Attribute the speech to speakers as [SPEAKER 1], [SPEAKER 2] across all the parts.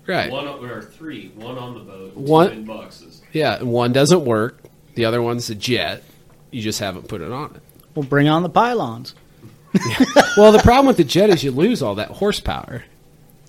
[SPEAKER 1] Right.
[SPEAKER 2] One on- or three. One on the boat.
[SPEAKER 1] One-
[SPEAKER 2] Two in boxes.
[SPEAKER 1] Yeah, and one doesn't work. The other one's a jet. You just haven't put it on it.
[SPEAKER 3] we'll bring on the pylons.
[SPEAKER 1] Well, the problem with the jet is you lose all that horsepower.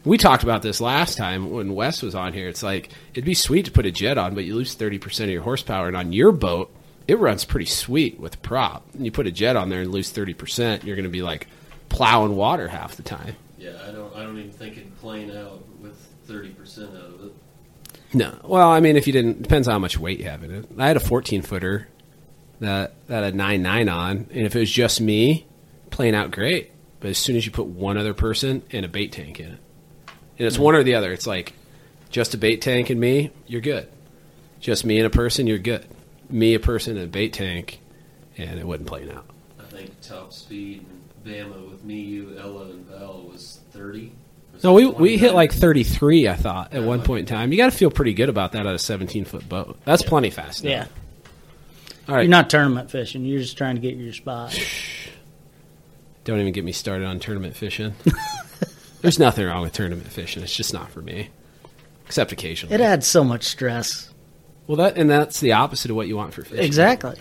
[SPEAKER 1] We talked about this last time when Wes was on here. It's like it'd be sweet to put a jet on, but you lose 30% of your horsepower and on your boat, it runs pretty sweet with a prop. And you put a jet on there and lose 30%, you're going to be like plowing water half the time.
[SPEAKER 2] Yeah, I don't. I don't even think it'd plane out with thirty percent out of it.
[SPEAKER 1] No. Well, I mean, if you didn't, depends on how much weight you have in it. I had a 14 footer that that had nine nine on, and if it was just me, playing out great. but as soon as you put one other person and a bait tank in it, and it's one or the other, it's like just a bait tank and me, you're good. Just me and a person, you're good. Me, a person, and a bait tank, and it wasn't playing out.
[SPEAKER 2] I think top speed in Bama with me, you, Ella, and Val was 30. Was
[SPEAKER 1] No,
[SPEAKER 2] it
[SPEAKER 1] we we hit
[SPEAKER 2] 29?
[SPEAKER 1] like 33, I thought, at one point in time. You got to feel pretty good about that out of 17 foot boat. That's plenty fast. now.
[SPEAKER 3] Yeah.
[SPEAKER 1] All right.
[SPEAKER 3] You're not tournament fishing. You're just trying to get your spot.
[SPEAKER 1] Don't even get me started on tournament fishing. There's nothing wrong with tournament fishing. It's just not for me, except occasionally.
[SPEAKER 3] It adds so much stress.
[SPEAKER 1] well, that and that's the opposite of what you want for fishing.
[SPEAKER 3] Exactly.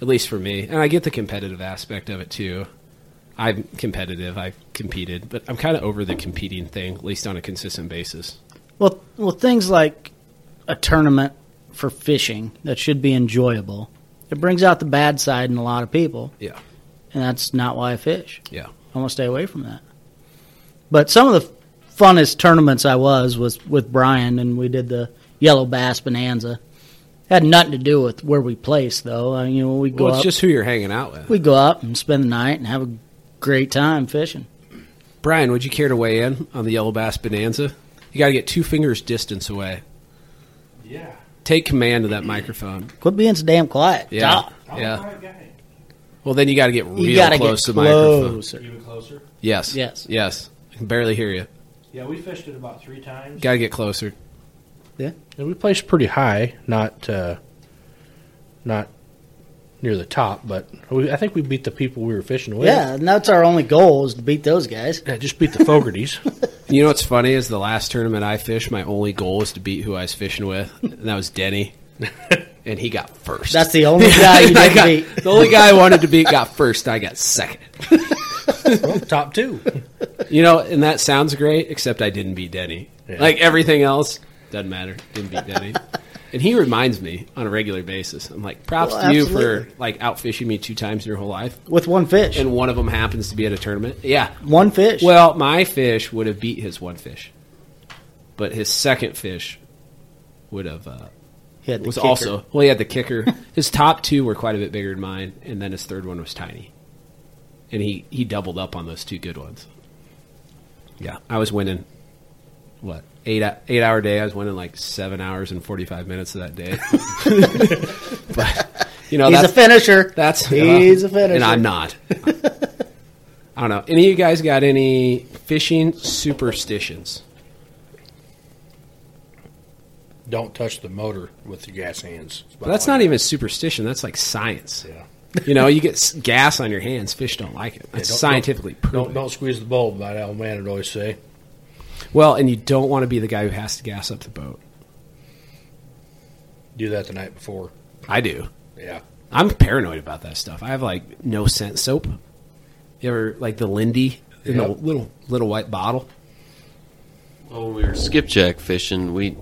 [SPEAKER 1] At least for me, and I get the competitive aspect of it too. I'm competitive. I've competed, but I'm kind of over the competing thing, at least on a consistent basis.
[SPEAKER 3] Well, well, things like a tournament for fishing that should be enjoyable. It brings out the bad side in a lot of people,
[SPEAKER 1] Yeah,
[SPEAKER 3] and that's not why I fish.
[SPEAKER 1] yeah.
[SPEAKER 3] I want to stay away from that. But some of the funnest tournaments I was was with Brian, and we did the yellow bass bonanza. Had nothing to do with where we placed, though. I, you know, we go
[SPEAKER 1] Well, it's
[SPEAKER 3] up,
[SPEAKER 1] just who you're hanging out with.
[SPEAKER 3] we go up and spend the night and have a great time fishing.
[SPEAKER 1] Brian, would you care to weigh in on the yellow bass bonanza? You got to get two fingers distance away.
[SPEAKER 4] Yeah.
[SPEAKER 1] Take command of that microphone.
[SPEAKER 3] Quit being so damn quiet.
[SPEAKER 1] Yeah,
[SPEAKER 3] Stop.
[SPEAKER 4] I'm
[SPEAKER 1] yeah.
[SPEAKER 4] a quiet guy.
[SPEAKER 1] Well, then you got to get real
[SPEAKER 3] You gotta
[SPEAKER 1] close
[SPEAKER 3] get
[SPEAKER 1] to the microphone.
[SPEAKER 3] closer.
[SPEAKER 4] Even closer.
[SPEAKER 1] Yes.
[SPEAKER 3] Yes.
[SPEAKER 1] Yes. I can barely hear you.
[SPEAKER 4] Yeah, we fished it about three times.
[SPEAKER 1] Got to get closer.
[SPEAKER 4] And we placed pretty high, not uh, not near the top, but we, I think we beat the people we were fishing with.
[SPEAKER 3] Yeah, and that's our only goal is to beat those guys.
[SPEAKER 4] Yeah, just beat the Fogartys.
[SPEAKER 1] You know what's funny is the last tournament I fished, my only goal was to beat who I was fishing with, and that was Denny, and he got first.
[SPEAKER 3] That's the only guy you
[SPEAKER 1] And I
[SPEAKER 3] didn't
[SPEAKER 1] got-
[SPEAKER 3] beat.
[SPEAKER 1] The only guy I wanted to beat got first. I got second.
[SPEAKER 4] top two.
[SPEAKER 1] You know, and that sounds great, except I didn't beat Denny.
[SPEAKER 4] Yeah.
[SPEAKER 1] Like everything else, doesn't matter. Didn't beat Denny. and he reminds me on a regular basis. I'm like, props
[SPEAKER 3] Well,
[SPEAKER 1] to you for
[SPEAKER 3] absolutely.
[SPEAKER 1] like out fishing me two times in your whole life,
[SPEAKER 3] With one fish.
[SPEAKER 1] and one of them happens to be at a tournament. Yeah.
[SPEAKER 3] one fish.
[SPEAKER 1] Well, my fish would have beat his one fish, but his second fish would have uh,
[SPEAKER 3] He had the
[SPEAKER 1] was
[SPEAKER 3] kicker.
[SPEAKER 1] also well. He had the kicker. his top two were quite a bit bigger than mine, and then his third one was tiny, and he he doubled up on those two good ones. Yeah, I was winning. What eight hou- eight hour day? I was winning like seven hours and forty five minutes of that day. but you know
[SPEAKER 3] He's a
[SPEAKER 1] that's
[SPEAKER 3] finisher.
[SPEAKER 1] that's
[SPEAKER 3] he's a finisher.
[SPEAKER 1] and I'm not. I don't know. Any of you guys got any fishing superstitions?
[SPEAKER 5] Don't touch the motor with the gas hands.
[SPEAKER 1] Well, that's not even superstition. That's like science.
[SPEAKER 5] Yeah.
[SPEAKER 1] You know, you get s- gas on your hands. Fish don't like it. It's
[SPEAKER 5] don't-
[SPEAKER 1] scientifically
[SPEAKER 5] Don't
[SPEAKER 1] proven.
[SPEAKER 5] don't squeeze the bulb. My old man would always say.
[SPEAKER 1] Well, and you don't want to be the guy who has to gas up the boat.
[SPEAKER 5] Do that the night before.
[SPEAKER 1] I do.
[SPEAKER 5] Yeah.
[SPEAKER 1] I'm paranoid about that stuff. I have like no scent soap. You ever like the Lindy in
[SPEAKER 5] Yep.
[SPEAKER 1] the little little white bottle?
[SPEAKER 2] Well, when we were skipjack fishing, we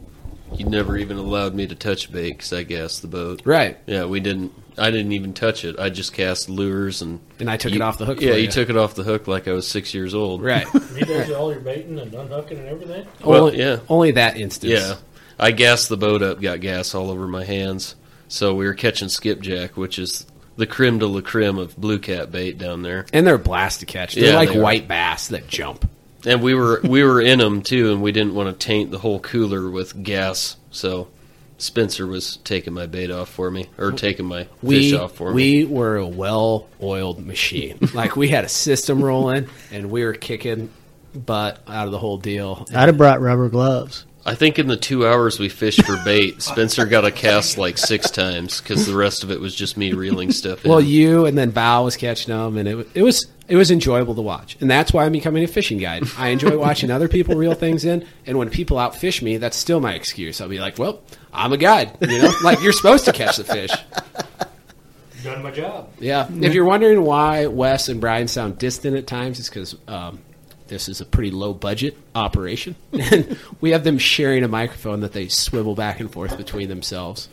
[SPEAKER 2] you never even allowed me to touch bait because I gassed the boat.
[SPEAKER 1] Right.
[SPEAKER 2] Yeah, we didn't. I didn't even touch it. I just cast lures and
[SPEAKER 1] And I took it
[SPEAKER 2] you-
[SPEAKER 1] off the hook.
[SPEAKER 2] Yeah,
[SPEAKER 1] for
[SPEAKER 2] you
[SPEAKER 1] you
[SPEAKER 2] took it off the hook like I was six years old.
[SPEAKER 1] right.
[SPEAKER 4] He does all your baiting and unhooking and everything.
[SPEAKER 2] Well,
[SPEAKER 1] only,
[SPEAKER 2] yeah.
[SPEAKER 1] only that instance.
[SPEAKER 2] Yeah, I gassed the boat up. Got gas all over my hands. So we were catching skipjack, which is the creme de la creme of blue cat bait down there.
[SPEAKER 1] and they're a blast to catch. They're
[SPEAKER 2] Yeah,
[SPEAKER 1] like
[SPEAKER 2] they are.
[SPEAKER 1] white bass that jump.
[SPEAKER 2] And we were we were in them too, and we didn't want to taint the whole cooler with gas. So Spencer was taking my bait off for me, or taking my
[SPEAKER 1] we,
[SPEAKER 2] fish off for me.
[SPEAKER 1] we were a well oiled machine. like we had a system rolling and we were kicking butt out of the whole deal.
[SPEAKER 3] I'd have brought rubber gloves.
[SPEAKER 2] I think in the two hours we fished for bait, Spencer got a cast like six times because the rest of it was just me reeling stuff in.
[SPEAKER 1] Well, you and then Bow was catching them, and it, wa- it was it was enjoyable to watch, and that's why I'm becoming a fishing guide. I enjoy watching other people reel things in, and when people outfish me, that's still my excuse. I'll be like, "Well, I'm a guide, you know, like you're supposed to catch the fish."
[SPEAKER 4] Done my job.
[SPEAKER 1] Yeah. If you're wondering why Wes and Brian sound distant at times, it's because um, this is a pretty low budget operation. and we have them sharing a microphone that they swivel back and forth between themselves.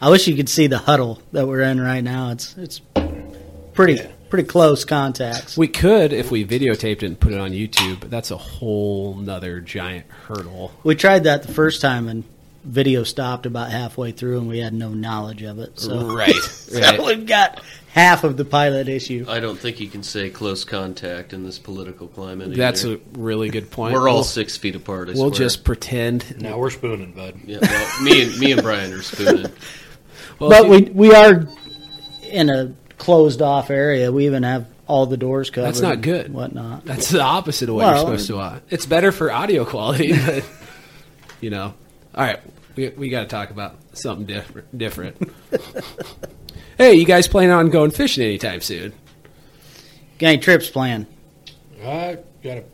[SPEAKER 3] I wish you could see the huddle that we're in right now. It's it's pretty pretty close contacts.
[SPEAKER 1] We could if we videotaped it and put it on YouTube, but that's a whole nother giant hurdle.
[SPEAKER 3] We tried that the first time and video stopped about halfway through and we had no knowledge of it. So
[SPEAKER 1] Right.
[SPEAKER 3] so we've got half of the pilot issue.
[SPEAKER 2] I don't think you can say close contact in this political climate. Either.
[SPEAKER 1] That's a really good point.
[SPEAKER 2] we're all
[SPEAKER 1] We'll-
[SPEAKER 2] six feet apart. I
[SPEAKER 1] We'll
[SPEAKER 2] swear.
[SPEAKER 1] just pretend.
[SPEAKER 5] Now we're spooning, bud.
[SPEAKER 2] yeah. Well, me and me and Brian are spooning.
[SPEAKER 1] Well,
[SPEAKER 3] but
[SPEAKER 1] if you-
[SPEAKER 3] we we are in a closed off area. We even have all the doors covered.
[SPEAKER 1] not
[SPEAKER 3] and
[SPEAKER 1] good.
[SPEAKER 3] Whatnot.
[SPEAKER 1] That's the opposite of what
[SPEAKER 3] Well-
[SPEAKER 1] you're supposed to want. It's better for audio quality, but you know. All right, we we got to talk about something different. Different. hey, you guys plan on going fishing anytime soon?
[SPEAKER 3] Got any trips planned?
[SPEAKER 5] I got a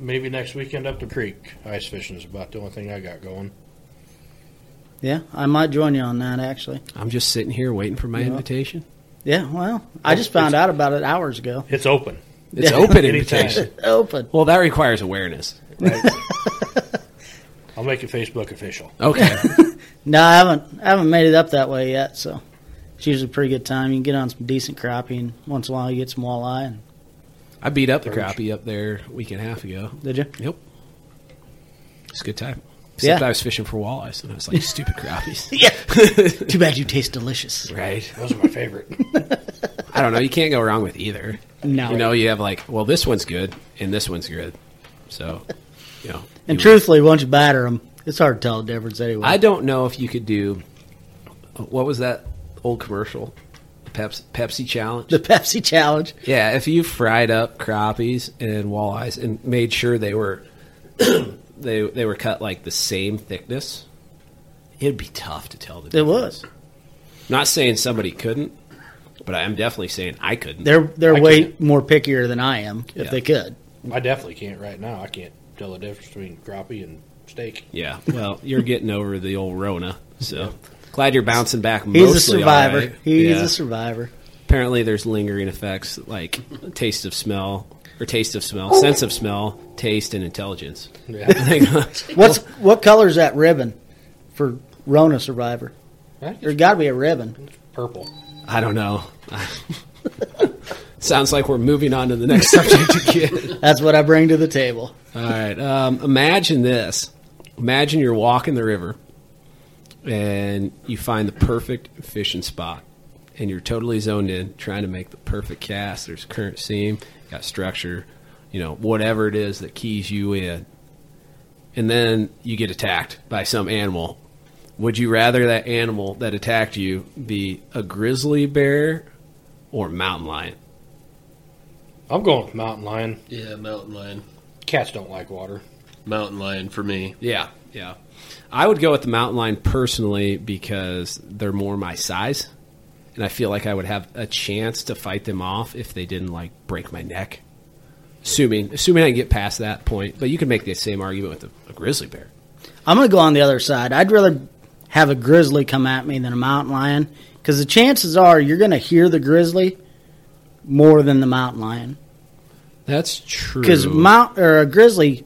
[SPEAKER 5] maybe next weekend up the creek. Ice fishing is about the only thing I got going.
[SPEAKER 3] Yeah, I might join you on that actually.
[SPEAKER 1] I'm just sitting here waiting for my invitation.
[SPEAKER 3] Yeah, well, I just found out about it hours ago.
[SPEAKER 5] It's open.
[SPEAKER 1] It's
[SPEAKER 3] Yeah.
[SPEAKER 1] open
[SPEAKER 5] Anytime.
[SPEAKER 1] invitation.
[SPEAKER 3] Open.
[SPEAKER 1] Well, that requires awareness.
[SPEAKER 5] I'll make it Facebook official.
[SPEAKER 1] Okay.
[SPEAKER 3] No, I haven't. I haven't made it up that way yet. So it's usually a pretty good time. You can get on some decent crappie, and once in a while you get some walleye. And,
[SPEAKER 1] I beat up the crappie up there a week and a half ago.
[SPEAKER 3] did you?
[SPEAKER 1] Yep. It's a good time. Except
[SPEAKER 3] Yeah.
[SPEAKER 1] I was fishing for walleyes, and I was like, stupid crappies.
[SPEAKER 3] Yeah. Too bad you taste delicious.
[SPEAKER 1] right.
[SPEAKER 5] Those are my favorite.
[SPEAKER 1] I don't know. You can't go wrong with either.
[SPEAKER 3] No.
[SPEAKER 1] You know, you have like, well, this one's good and this one's good. So, you know.
[SPEAKER 3] and
[SPEAKER 1] you-
[SPEAKER 3] truthfully, once you batter them, it's hard to tell the difference anyway.
[SPEAKER 1] I don't know if you could do what was that old commercial? Pepsi, Pepsi challenge.
[SPEAKER 3] the Pepsi challenge.
[SPEAKER 1] Yeah, if you fried up crappies and walleyes and made sure they were they they were cut like the same thickness, it'd be tough to tell the
[SPEAKER 3] It
[SPEAKER 1] difference.
[SPEAKER 3] was.
[SPEAKER 1] Not saying somebody couldn't, but I'm definitely saying I couldn't.
[SPEAKER 3] They're they're
[SPEAKER 1] I
[SPEAKER 3] way
[SPEAKER 1] couldn't.
[SPEAKER 3] more pickier than I am. If
[SPEAKER 1] Yeah.
[SPEAKER 3] they could,
[SPEAKER 5] I definitely can't right now. I can't tell the difference between crappie and steak.
[SPEAKER 1] Yeah. Well, you're getting over the old Rona, so glad you're bouncing back.
[SPEAKER 3] he's
[SPEAKER 1] mostly
[SPEAKER 3] a survivor.
[SPEAKER 1] all right.
[SPEAKER 3] He's
[SPEAKER 1] Yeah.
[SPEAKER 3] a survivor.
[SPEAKER 1] Apparently, there's lingering effects like taste of smell or taste of smell, sense of smell, taste, and intelligence.
[SPEAKER 3] What's what color's that ribbon for Rona survivor?
[SPEAKER 5] That's
[SPEAKER 3] There's got to be a ribbon.
[SPEAKER 5] purple.
[SPEAKER 1] I don't know. Sounds like we're moving on to the next subject again.
[SPEAKER 3] That's what I bring to the table.
[SPEAKER 1] All right. Um, imagine this. Imagine you're walking the river and you find the perfect fishing spot and you're totally zoned in trying to make the perfect cast. There's current seam, got structure, you know, whatever it is that keys you in. And then you get attacked by some animal. Would you rather that animal that attacked you be a grizzly bear or mountain lion?
[SPEAKER 5] I'm going with mountain lion.
[SPEAKER 2] Yeah, mountain lion.
[SPEAKER 5] Cats don't like water.
[SPEAKER 2] Mountain lion for me.
[SPEAKER 1] Yeah, yeah. I would go with the mountain lion personally because they're more my size, and I feel like I would have a chance to fight them off if they didn't like break my neck. Assuming, assuming I can get past that point, but you could make the same argument with a, a grizzly bear.
[SPEAKER 3] I'm going to go on the other side. I'd rather have a grizzly come at me than a mountain lion because the chances are you're going to hear the grizzly more than the mountain lion
[SPEAKER 1] That's true.
[SPEAKER 3] because mount or a grizzly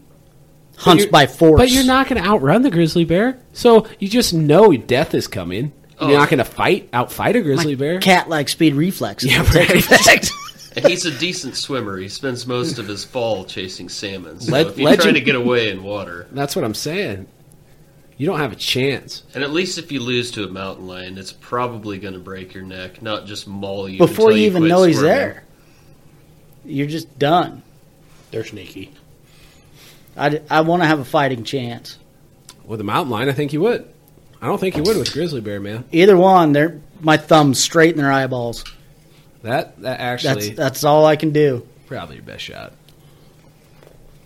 [SPEAKER 3] hunts by force.
[SPEAKER 1] but you're not going to outrun the grizzly bear, so you just know death is coming. You're not going to fight outfight a grizzly bear.
[SPEAKER 3] cat like speed reflexes.
[SPEAKER 1] Yeah,
[SPEAKER 3] will take
[SPEAKER 1] right.
[SPEAKER 3] effect.
[SPEAKER 2] And he's a decent swimmer. He spends most of his fall chasing salmon. So
[SPEAKER 1] Leg-
[SPEAKER 2] if you try
[SPEAKER 1] legend-
[SPEAKER 2] to get away in water,
[SPEAKER 1] That's what I'm saying. You don't have a chance.
[SPEAKER 2] and at least if you lose to a mountain lion, it's probably going to break your neck, not just maul you
[SPEAKER 3] before
[SPEAKER 2] until
[SPEAKER 3] you even
[SPEAKER 2] quit
[SPEAKER 3] know he's
[SPEAKER 2] swimming.
[SPEAKER 3] there. You're just done.
[SPEAKER 5] They're sneaky.
[SPEAKER 3] I, d- I want to have a fighting chance.
[SPEAKER 1] With a mountain lion, I think you would. I don't think you would with grizzly bear, man.
[SPEAKER 3] Either one, they're my thumbs straight in their eyeballs.
[SPEAKER 1] That that
[SPEAKER 3] That's
[SPEAKER 1] actually
[SPEAKER 3] that's all I can do.
[SPEAKER 1] probably your best shot.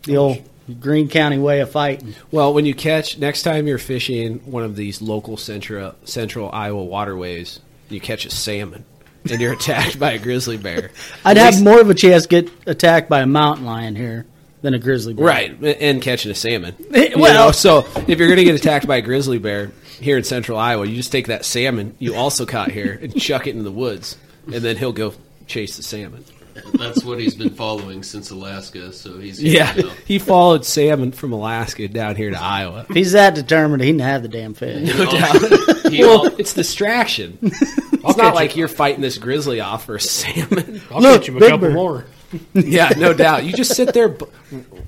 [SPEAKER 3] The old Green County way of fighting.
[SPEAKER 1] Well, when you catch next time you're fishing one of these local central central Iowa waterways, you catch a salmon and you're attacked by a grizzly bear.
[SPEAKER 3] I'd
[SPEAKER 1] At
[SPEAKER 3] have
[SPEAKER 1] least-
[SPEAKER 3] more of a chance to get attacked by a mountain lion here than a grizzly bear.
[SPEAKER 1] right and catching a salmon.
[SPEAKER 3] Eh,
[SPEAKER 1] You
[SPEAKER 3] well-
[SPEAKER 1] know, so if you're going to get attacked by a grizzly bear here in central Iowa, you just take that salmon you also caught here and chuck it in the woods, and then he'll go chase the salmon.
[SPEAKER 2] That's what he's been following since Alaska. So he's
[SPEAKER 1] Yeah,
[SPEAKER 2] you know,
[SPEAKER 1] he followed salmon from Alaska down here to Iowa.
[SPEAKER 3] If he's that determined, he can have the damn fish.
[SPEAKER 2] he-
[SPEAKER 1] Well, it's distraction. It's
[SPEAKER 5] catch
[SPEAKER 1] not like you're fighting this grizzly off for a salmon.
[SPEAKER 5] I'll
[SPEAKER 3] Look,
[SPEAKER 5] catch him a
[SPEAKER 3] Big
[SPEAKER 5] couple
[SPEAKER 3] Bird.
[SPEAKER 5] more.
[SPEAKER 1] yeah, no doubt. You just sit there, b-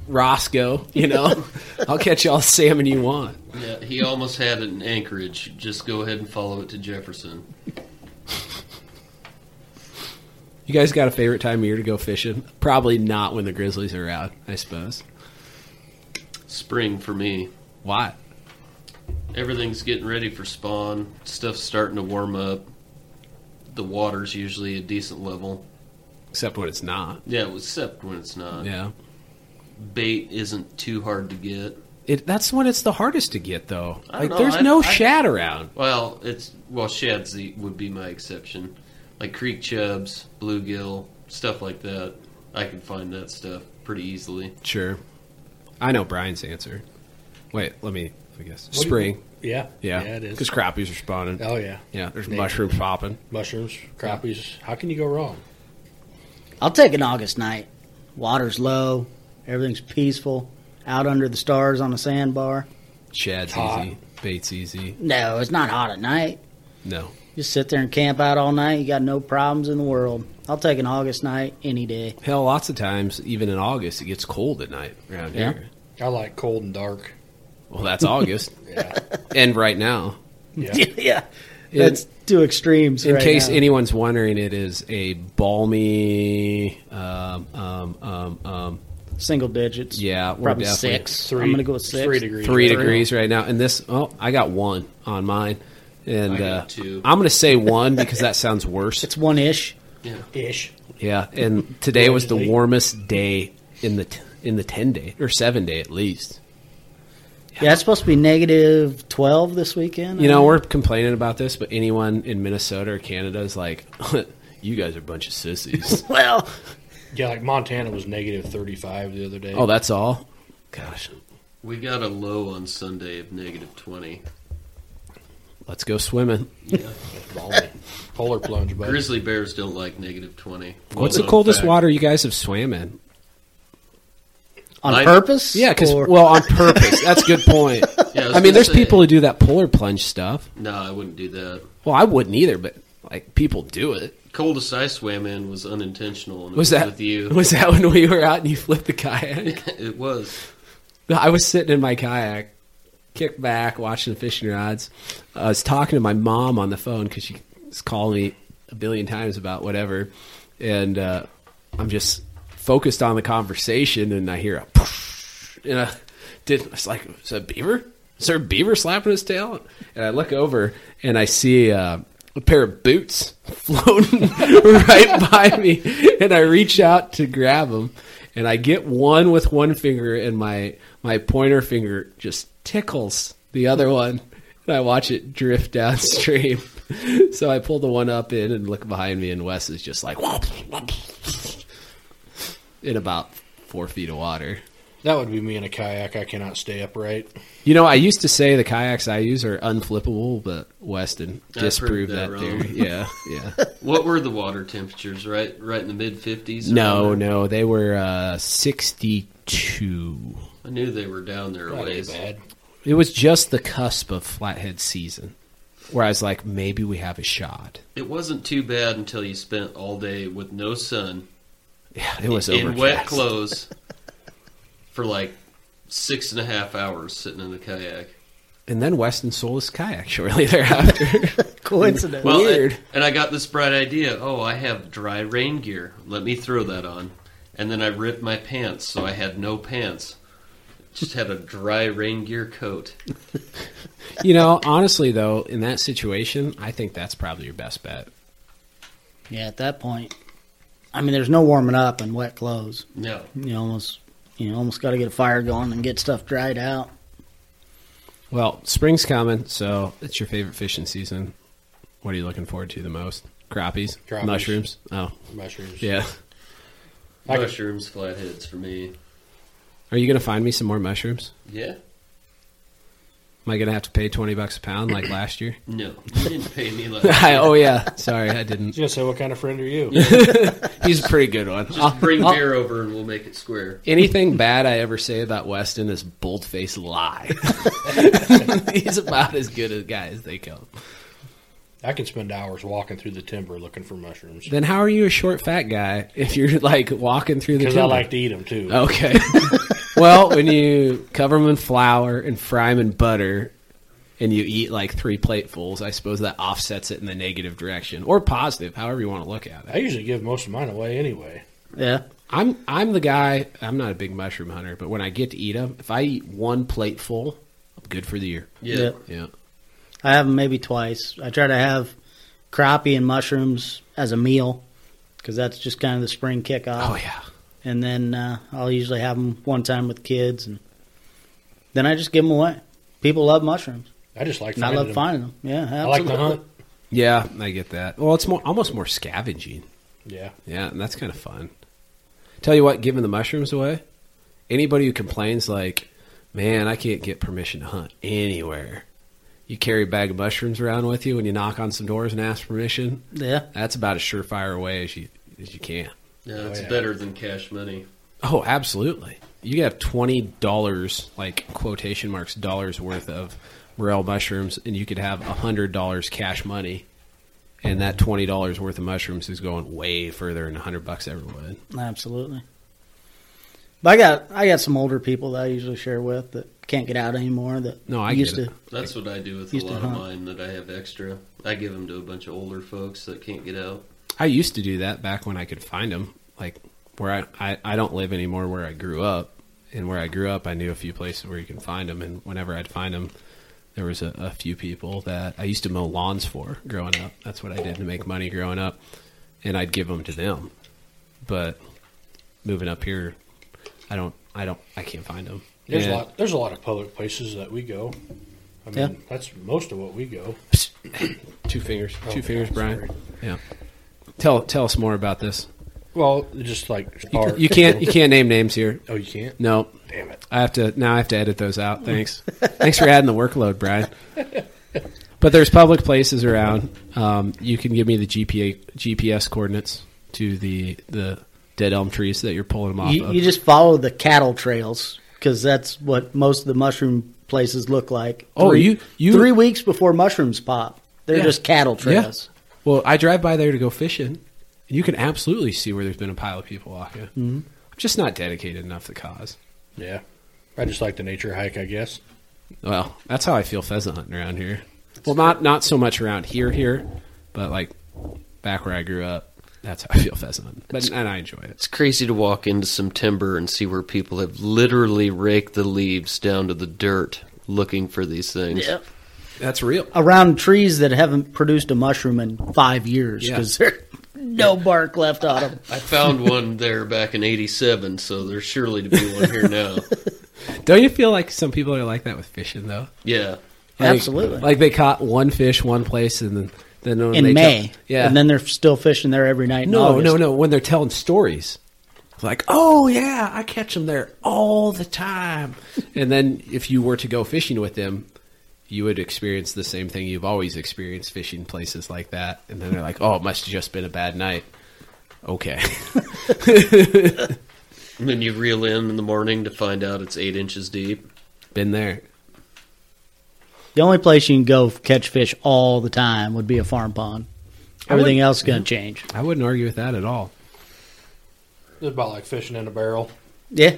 [SPEAKER 1] Roscoe. You know, I'll catch you all the salmon you want.
[SPEAKER 2] yeah, he almost had it in Anchorage. Just go ahead and follow it to Jefferson.
[SPEAKER 1] You guys got a favorite time of year to go fishing? Probably not when the grizzlies are out, I suppose.
[SPEAKER 2] Spring for me.
[SPEAKER 1] Why?
[SPEAKER 2] Everything's getting ready for spawn. Stuff's starting to warm up. The water's usually a decent level.
[SPEAKER 1] Except when it's not.
[SPEAKER 2] Yeah, except when it's not.
[SPEAKER 1] Yeah.
[SPEAKER 2] Bait isn't too hard to get.
[SPEAKER 1] It, that's when it's the hardest to get, though.
[SPEAKER 2] I don't
[SPEAKER 1] Like,
[SPEAKER 2] know,
[SPEAKER 1] there's
[SPEAKER 2] I-
[SPEAKER 1] no
[SPEAKER 2] I-
[SPEAKER 1] shad around.
[SPEAKER 2] Well, it's well shads the- would be my exception. Like creek chubs, bluegill, stuff like that. I can find that stuff pretty easily.
[SPEAKER 1] Sure. I know Brian's answer. Wait, let me, I guess.
[SPEAKER 5] do you-
[SPEAKER 1] Spring.
[SPEAKER 5] Yeah.
[SPEAKER 1] Yeah.
[SPEAKER 5] it is.
[SPEAKER 1] Because crappies are spawning.
[SPEAKER 5] Oh, yeah.
[SPEAKER 1] Yeah, there's
[SPEAKER 5] Maybe.
[SPEAKER 1] mushrooms popping.
[SPEAKER 5] Mushrooms, crappies. How can you go wrong?
[SPEAKER 3] I'll take an August night. Water's low, everything's peaceful, out under the stars on a sandbar.
[SPEAKER 1] Shad's
[SPEAKER 5] Hot.
[SPEAKER 1] easy. Bait's easy.
[SPEAKER 3] No, it's not hot at night.
[SPEAKER 1] No.
[SPEAKER 3] Just sit there and camp out all night. You got no problems in the world. I'll take an August night any day.
[SPEAKER 1] Hell, lots of times, even in August, it gets cold at night around
[SPEAKER 3] Yeah.
[SPEAKER 1] here.
[SPEAKER 5] I like cold and dark.
[SPEAKER 1] Well, that's August.
[SPEAKER 5] Yeah.
[SPEAKER 1] And right now.
[SPEAKER 5] Yeah.
[SPEAKER 3] yeah,
[SPEAKER 1] In-
[SPEAKER 3] that's two extremes.
[SPEAKER 1] in
[SPEAKER 3] right
[SPEAKER 1] case
[SPEAKER 3] now.
[SPEAKER 1] anyone's wondering, it is a balmy. Um, um, um, um,
[SPEAKER 3] single digits,
[SPEAKER 1] yeah, we're
[SPEAKER 3] probably
[SPEAKER 1] definitely
[SPEAKER 3] six. I'm gonna go with six.
[SPEAKER 5] Three degrees.
[SPEAKER 1] Three degrees right now, and this. Oh, I got one on mine, and
[SPEAKER 2] I got
[SPEAKER 1] uh,
[SPEAKER 2] two.
[SPEAKER 1] I'm gonna say one because that sounds worse.
[SPEAKER 3] It's one ish.
[SPEAKER 2] Yeah.
[SPEAKER 5] Ish.
[SPEAKER 1] Yeah, and today was the
[SPEAKER 5] Allegedly.
[SPEAKER 1] warmest day in the t- in the ten day or seven day at least.
[SPEAKER 3] Yeah, it's supposed to be negative twelve this weekend.
[SPEAKER 1] You know, we're complaining about this, but anyone in Minnesota or Canada is like, "You guys are a bunch of sissies."
[SPEAKER 3] well,
[SPEAKER 5] Yeah, like Montana was negative 35 the other day.
[SPEAKER 1] oh, that's all. Gosh,
[SPEAKER 2] We got a low on Sunday of negative twenty.
[SPEAKER 1] let's go swimming.
[SPEAKER 5] Balmy. Polar plunge, but
[SPEAKER 2] Grizzly bears don't like negative twenty.
[SPEAKER 1] What's the
[SPEAKER 2] Well-known
[SPEAKER 1] coldest
[SPEAKER 2] fact.
[SPEAKER 1] water you guys have swam in?
[SPEAKER 3] on
[SPEAKER 2] I-
[SPEAKER 3] purpose.
[SPEAKER 1] Yeah, because
[SPEAKER 3] or-
[SPEAKER 1] well, on purpose. That's a good point.
[SPEAKER 2] Yeah, was
[SPEAKER 1] I mean,
[SPEAKER 2] gonna
[SPEAKER 1] there's
[SPEAKER 2] say-
[SPEAKER 1] people who do that polar plunge stuff.
[SPEAKER 2] No, I wouldn't do that.
[SPEAKER 1] Well, I wouldn't either, but like people do it.
[SPEAKER 2] Coldest I swam in was unintentional. And it
[SPEAKER 1] Was that
[SPEAKER 2] with you?
[SPEAKER 1] Was that when we were out and you flipped the kayak?
[SPEAKER 2] it was.
[SPEAKER 1] I was sitting in my kayak, kicked back, watching the fishing rods. I was talking to my mom on the phone because she was calling me a billion times about whatever, and uh, I'm just focused on the conversation, and I hear a poof, and I did. It's like is that a beaver? Is there a beaver slapping his tail? And I look over and I see. Uh, a pair of boots floating right by me, and I reach out to grab them, and I get one with one finger, and my my pointer finger just tickles the other one, and I watch it drift downstream. So I pull the one up in and look behind me, and Wes is just like in about four feet of water.
[SPEAKER 5] that would be me in a kayak. I cannot stay upright.
[SPEAKER 1] You know, I used to say the kayaks I use are unflippable, but Weston
[SPEAKER 2] I've heard
[SPEAKER 1] disproved
[SPEAKER 2] that
[SPEAKER 1] that,
[SPEAKER 2] wrong.
[SPEAKER 1] theory. Yeah, yeah.
[SPEAKER 2] What were the water temperatures? Right, right in the mid fifties.
[SPEAKER 1] No, no, they were uh, 62.
[SPEAKER 2] I knew they were down there a
[SPEAKER 5] That ain't
[SPEAKER 2] ways.
[SPEAKER 5] bad.
[SPEAKER 1] It was just the cusp of flathead season, where I was like, maybe we have a shot.
[SPEAKER 2] It wasn't too bad until you spent all day with no sun
[SPEAKER 1] Yeah, it was
[SPEAKER 2] in wet
[SPEAKER 1] overcast.
[SPEAKER 2] clothes for like six and a half hours sitting in the kayak.
[SPEAKER 1] And then Weston sold his kayak shortly thereafter.
[SPEAKER 3] coincidence.
[SPEAKER 2] Well,
[SPEAKER 1] Weird.
[SPEAKER 2] And, and I got this bright idea. Oh, I have dry rain gear. Let me throw that on. And then I ripped my pants, so I had no pants. Just had a dry rain gear coat.
[SPEAKER 1] you know, honestly, though, in that situation, I think that's probably your best bet.
[SPEAKER 3] yeah, at that point, I mean, there's no warming up in wet clothes.
[SPEAKER 2] No,
[SPEAKER 3] You almost, you almost got to get a fire going and get stuff dried out.
[SPEAKER 1] Well, spring's coming, so it's your favorite fishing season. What are you looking forward to the most? Crappies,
[SPEAKER 5] Crappies.
[SPEAKER 1] mushrooms. Oh,
[SPEAKER 5] Mushrooms.
[SPEAKER 1] yeah.
[SPEAKER 5] I could-
[SPEAKER 2] mushrooms, flatheads for me.
[SPEAKER 1] Are you going to find me some more mushrooms?
[SPEAKER 2] Yeah.
[SPEAKER 1] Am I going to have to pay 20 bucks a pound like last year?
[SPEAKER 2] No, you didn't pay me like
[SPEAKER 1] I, oh, yeah. Sorry, I
[SPEAKER 5] I was
[SPEAKER 1] didn't.
[SPEAKER 5] gonna say, what kind of friend are you?
[SPEAKER 1] He's a pretty good one. I'll-
[SPEAKER 2] Just bring
[SPEAKER 1] I'll-
[SPEAKER 2] beer over and we'll make it square.
[SPEAKER 1] anything bad I ever say about Weston is bold faced lie. He's about as good a guy as they come.
[SPEAKER 5] I can spend hours walking through the timber looking for mushrooms
[SPEAKER 1] Then how are you a short, fat guy if you're like walking through the
[SPEAKER 5] because I
[SPEAKER 1] timber? Oh.
[SPEAKER 5] like to eat them too.
[SPEAKER 1] Okay. well, when you cover them in flour and fry them in butter, and you eat like three platefuls, I suppose that offsets it in the negative direction or positive, however you want to look at it.
[SPEAKER 5] I usually give most of mine away anyway.
[SPEAKER 3] Yeah.
[SPEAKER 1] I'm I'm the guy. I'm not a big mushroom hunter, but when I get to eat them, if I eat one plateful, I'm good for the year.
[SPEAKER 2] Yeah.
[SPEAKER 3] Yeah.
[SPEAKER 1] Yeah.
[SPEAKER 3] I have them maybe twice. I try to have crappie and mushrooms as a meal because that's just kind of the spring kickoff.
[SPEAKER 1] Oh yeah.
[SPEAKER 3] And then uh, I'll usually have them one time with kids, and then I just give them away. People love mushrooms,
[SPEAKER 5] I just like
[SPEAKER 3] and I
[SPEAKER 5] finding
[SPEAKER 3] love
[SPEAKER 5] them.
[SPEAKER 3] finding them. Yeah,
[SPEAKER 5] I
[SPEAKER 3] absolutely.
[SPEAKER 5] like to hunt.
[SPEAKER 1] Yeah, I get that. Well, it's more almost more scavenging.
[SPEAKER 5] Yeah.
[SPEAKER 1] Yeah, and that's kind of fun. Tell you what, giving the mushrooms away, anybody who complains like, "Man, I can't get permission to hunt anywhere." You carry a bag of mushrooms around with you when you knock on some doors and ask permission.
[SPEAKER 3] Yeah,
[SPEAKER 1] That's about as surefire a way as you as you can.
[SPEAKER 2] Yeah, it's
[SPEAKER 5] Oh, yeah.
[SPEAKER 2] better than cash money.
[SPEAKER 1] Oh, absolutely. You have twenty dollars, like quotation marks, dollars worth of morel mushrooms, and you could have hundred dollars cash money, and that twenty dollars worth of mushrooms is going way further than hundred bucks ever would.
[SPEAKER 3] absolutely. But I got I got some older people that I usually share with that can't get out anymore. That
[SPEAKER 1] No, I
[SPEAKER 3] used
[SPEAKER 1] get it.
[SPEAKER 3] to.
[SPEAKER 2] That's what I do with a
[SPEAKER 3] Used to
[SPEAKER 2] lot of
[SPEAKER 3] hunt.
[SPEAKER 2] mine that I have extra. I give them to a bunch of older folks that can't get out.
[SPEAKER 1] I used to do that back when I could find them. Like where I, I, I don't live anymore where I grew up, and where I grew up, I knew a few places where you can find them. And whenever I'd find them, there was a, a few people that I used to mow lawns for growing up. That's what I did to make money growing up, and I'd give them to them. But moving up here, I don't, I don't, I can't find them.
[SPEAKER 5] There's a lot. There's a lot of public places that we go. I mean,
[SPEAKER 3] Yeah.
[SPEAKER 5] that's most of what we go.
[SPEAKER 1] Two fingers,
[SPEAKER 5] Oh,
[SPEAKER 1] two fingers,
[SPEAKER 5] yeah,
[SPEAKER 1] Brian.
[SPEAKER 5] sorry.
[SPEAKER 1] Yeah. Tell tell us more about this.
[SPEAKER 5] Well, just like
[SPEAKER 1] You,
[SPEAKER 5] bar-
[SPEAKER 1] you can't you can't name names here.
[SPEAKER 5] Oh, you can't.
[SPEAKER 1] No,
[SPEAKER 5] Damn it.
[SPEAKER 1] I have to now. I have to edit those out. Thanks. Thanks for adding the workload, Brian. But there's public places around. Um, you can give me the GPA, GPS coordinates to the the dead elm trees that you're pulling them off
[SPEAKER 3] You,
[SPEAKER 1] of.
[SPEAKER 3] you just follow the cattle trails because that's what most of the mushroom places look like.
[SPEAKER 1] Oh, you- you-
[SPEAKER 3] three weeks before mushrooms pop, they're
[SPEAKER 1] Yeah.
[SPEAKER 3] just cattle trails.
[SPEAKER 1] Well, I drive by there to go fishing, and you can absolutely see where there's been a pile of people walking. Mm-hmm. I'm just not dedicated enough to the cause.
[SPEAKER 5] Yeah. I just like the nature hike, I guess.
[SPEAKER 1] Well, that's how I feel pheasant hunting around here. Well, not not so much around here, here, but like back where I grew up. That's how I feel pheasant hunting, but and I enjoy it.
[SPEAKER 2] It's crazy to walk into some timber and see where people have literally raked the leaves down to the dirt looking for these things.
[SPEAKER 3] Yep.
[SPEAKER 1] That's real.
[SPEAKER 3] around trees that haven't produced a mushroom in five years
[SPEAKER 1] Yeah.
[SPEAKER 3] because there's no bark left on them.
[SPEAKER 2] I found one there back in 87, so there's surely to be one here now.
[SPEAKER 1] Don't you feel like some people are like that with fishing though?
[SPEAKER 2] Yeah.
[SPEAKER 1] Like-
[SPEAKER 3] Absolutely.
[SPEAKER 1] Like they caught one fish one place and then then when they
[SPEAKER 3] in May,
[SPEAKER 1] tell- yeah.
[SPEAKER 3] and then they're still fishing there every night. in
[SPEAKER 1] no,
[SPEAKER 3] August.
[SPEAKER 1] no, no. When they're telling stories, like oh yeah, I catch them there all the time. and then if you were to go fishing with them, you would experience the same thing you've always experienced fishing places like that. And then they're like, oh, it must have just been a bad night. Okay.
[SPEAKER 2] And then you reel in in the morning to find out it's eight inches deep.
[SPEAKER 1] been there.
[SPEAKER 3] The only place you can go catch fish all the time would be a farm pond. Everything else is going to change.
[SPEAKER 1] I wouldn't argue with that at all.
[SPEAKER 5] It's about like fishing in a barrel.
[SPEAKER 3] Yeah,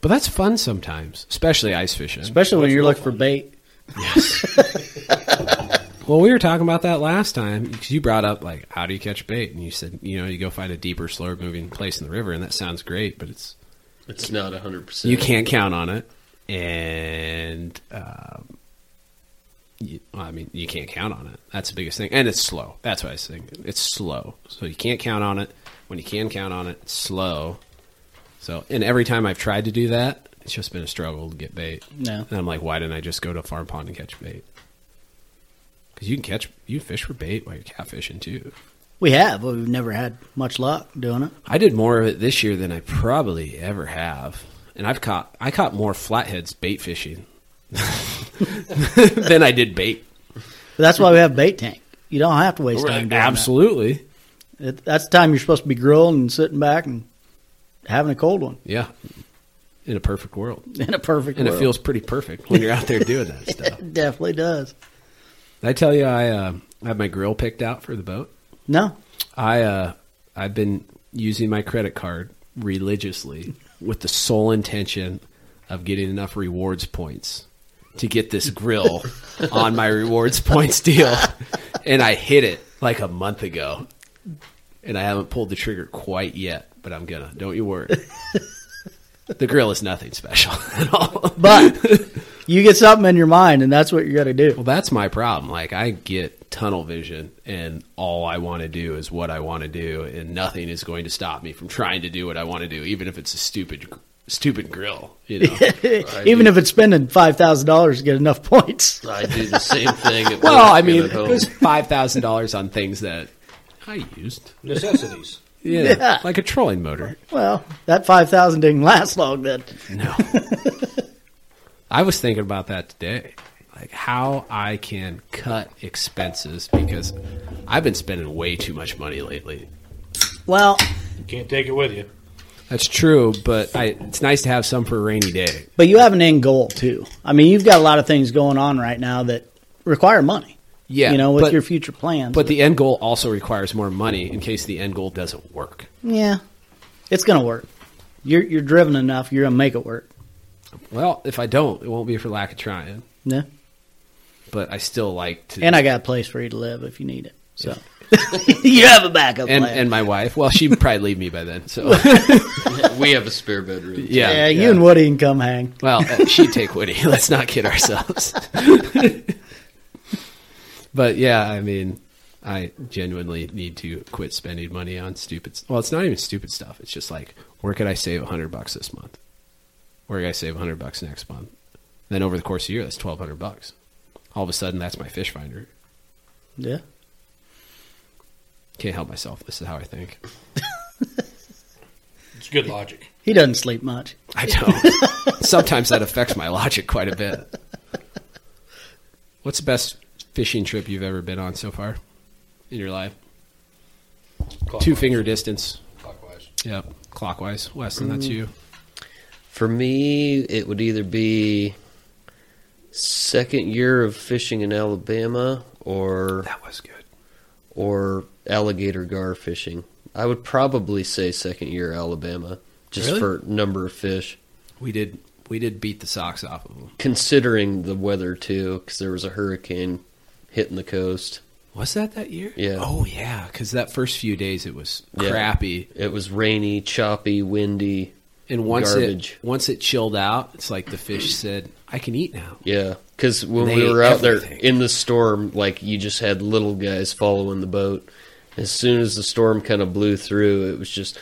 [SPEAKER 1] But that's fun sometimes, especially ice fishing.
[SPEAKER 3] especially when you're looking for bait.
[SPEAKER 1] Well, we were talking about that last time because you brought up like how do you catch bait, and you said you know you go find a deeper, slower moving place in the river, and that sounds great, but it's
[SPEAKER 2] It's not 100%.
[SPEAKER 1] you can't count on it, and um, you, well, I mean you can't count on it. That's the biggest thing, and it's slow. That's what I was thinking. It's slow, so you can't count on it. When you can count on it, it's slow. So, and every time I've tried to do that, it's just been a struggle to get bait.
[SPEAKER 3] No.
[SPEAKER 1] and I'm like, why didn't I just go to a farm pond and catch bait? Because you can catch, you can fish for bait while you're catfishing too.
[SPEAKER 3] We have, but we've never had much luck doing it.
[SPEAKER 1] I did more of it this year than I probably ever have, and I've caught I caught more flatheads bait fishing than I did bait.
[SPEAKER 3] But that's why we have bait tank. You don't have to waste time doing
[SPEAKER 1] Absolutely,
[SPEAKER 3] that. It, that's the time you're supposed to be grilling and sitting back and having a cold one
[SPEAKER 1] yeah. In a perfect world,
[SPEAKER 3] in a perfect
[SPEAKER 1] and
[SPEAKER 3] world.
[SPEAKER 1] it feels pretty perfect when you're out there doing that stuff.
[SPEAKER 3] It definitely does.
[SPEAKER 1] Did I tell you, I uh, I had my grill picked out for the boat.
[SPEAKER 3] No,
[SPEAKER 1] I uh, I've been using my credit card religiously with the sole intention of getting enough rewards points to get this grill on my rewards points deal, and I hit it like a month ago, and I haven't pulled the trigger quite yet, but I'm gonna. Don't you worry. The grill is nothing special at all.
[SPEAKER 3] But you get something in your mind, and that's what you got to do.
[SPEAKER 1] Well, that's my problem. Like I get tunnel vision, and all I want to do is what I want to do, and nothing is going to stop me from trying to do what I want to do, even if it's a stupid, stupid grill. You know,
[SPEAKER 3] Even if it's spending five thousand dollars to get enough points,
[SPEAKER 2] I do the same thing. At
[SPEAKER 1] Well,
[SPEAKER 2] work
[SPEAKER 1] I
[SPEAKER 2] and
[SPEAKER 1] mean,
[SPEAKER 2] at
[SPEAKER 1] it
[SPEAKER 2] home.
[SPEAKER 1] was five thousand dollars on things that I used.
[SPEAKER 4] Necessities.
[SPEAKER 1] Yeah,
[SPEAKER 3] Yeah.
[SPEAKER 1] like a trolling motor.
[SPEAKER 3] well, that five thousand didn't last long. Then
[SPEAKER 1] No, I was thinking about that today, like how I can cut expenses because I've been spending way too much money lately.
[SPEAKER 3] well,
[SPEAKER 5] You can't take it with you.
[SPEAKER 1] That's true, but I, it's nice to have some for a rainy day.
[SPEAKER 3] but you have an end goal too. I mean, you've got a lot of things going on right now that require money.
[SPEAKER 1] Yeah,
[SPEAKER 3] you know, with
[SPEAKER 1] but-
[SPEAKER 3] your future plans.
[SPEAKER 1] But the end goal also requires more money in case the end goal doesn't work.
[SPEAKER 3] yeah, it's gonna work. You're you're driven enough. You're gonna make it work.
[SPEAKER 1] Well, if I don't, it won't be for lack of trying.
[SPEAKER 3] Yeah,
[SPEAKER 1] But I still like to.
[SPEAKER 3] and I got a place for you to live if you need it. So you have a backup
[SPEAKER 1] and,
[SPEAKER 3] plan.
[SPEAKER 1] and my wife. Well, she'd probably leave me by then. So
[SPEAKER 2] we have a spare bedroom.
[SPEAKER 1] yeah,
[SPEAKER 3] yeah, you and Woody can come hang.
[SPEAKER 1] Well, uh, she'd take Woody. Let's not kid ourselves. but yeah, I mean, I genuinely need to quit spending money on stupid. s- Well, it's not even stupid stuff. It's just like, where could I save hundred bucks this month? Where could I save hundred bucks next month? Then over the course of a year, that's twelve hundred bucks. All of a sudden, that's my fish finder.
[SPEAKER 3] Yeah.
[SPEAKER 1] Can't help myself. This is how I think.
[SPEAKER 5] It's good logic.
[SPEAKER 3] He doesn't sleep much.
[SPEAKER 1] I don't. Sometimes that affects my logic quite a bit. What's the best fishing trip you've ever been on so far in your life? Two finger distance.
[SPEAKER 5] Clockwise.
[SPEAKER 1] Yep. Clockwise. Weston,
[SPEAKER 2] Mm.
[SPEAKER 1] that's you.
[SPEAKER 2] For me, it would either be second year of fishing in Alabama or
[SPEAKER 1] That was good.
[SPEAKER 2] or alligator gar fishing. I would probably say second year Alabama just
[SPEAKER 1] Really?
[SPEAKER 2] for number of fish,
[SPEAKER 1] We did we did beat the socks off of them.
[SPEAKER 2] considering the weather too cuz there was a hurricane hitting the coast.
[SPEAKER 1] Was that that year?
[SPEAKER 2] Yeah.
[SPEAKER 1] Oh yeah, cuz that first few days it was
[SPEAKER 2] Yeah.
[SPEAKER 1] crappy.
[SPEAKER 2] It was rainy, choppy, windy.
[SPEAKER 1] And once
[SPEAKER 2] Garbage.
[SPEAKER 1] it once it chilled out, it's like the fish said, "I can eat now."
[SPEAKER 2] Yeah, cuz when
[SPEAKER 1] They
[SPEAKER 2] we
[SPEAKER 1] ate
[SPEAKER 2] were out there
[SPEAKER 1] everything.
[SPEAKER 2] in the storm, like you just had little guys following the boat. As soon as the storm kind of blew through, it was just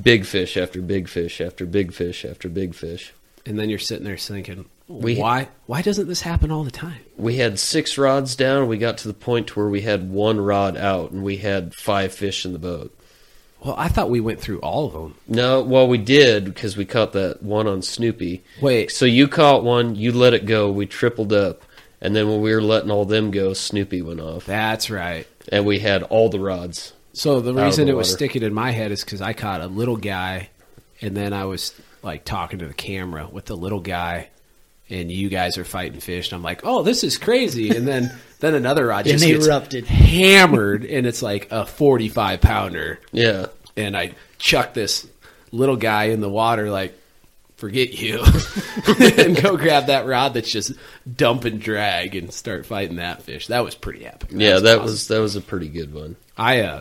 [SPEAKER 2] big fish after big fish after big fish after big fish.
[SPEAKER 1] And then you're sitting there thinking,
[SPEAKER 2] We-
[SPEAKER 1] "Why why doesn't this happen all the time?"
[SPEAKER 2] we had six rods down. We got to the point to where we had one rod out, and we had five fish in the boat.
[SPEAKER 1] Well, I thought we went through all of them.
[SPEAKER 2] No, well, we did because we caught that one on Snoopy.
[SPEAKER 1] Wait,
[SPEAKER 2] So you caught one, you let it go. We tripled up, and then when we were letting all them go, Snoopy went off,
[SPEAKER 1] that's right.
[SPEAKER 2] and we had all the rods.
[SPEAKER 1] So the
[SPEAKER 2] Out of
[SPEAKER 1] reason
[SPEAKER 2] the
[SPEAKER 1] it was
[SPEAKER 2] water.
[SPEAKER 1] sticking in my head is because I caught a little guy, and then I was like talking to the camera with the little guy, and you guys are fighting fish, and I'm like, "Oh, this is crazy!" And then then another rod just
[SPEAKER 3] And
[SPEAKER 1] gets
[SPEAKER 3] erupted.
[SPEAKER 1] hammered, and it's like a 45 pounder,
[SPEAKER 2] Yeah,
[SPEAKER 1] and I chuck this little guy in the water like. Forget you, and go grab that rod that's just dump and drag and start fighting that fish. That was pretty epic.
[SPEAKER 2] yeah, that
[SPEAKER 1] awesome.
[SPEAKER 2] was that was a pretty good one.
[SPEAKER 1] I uh,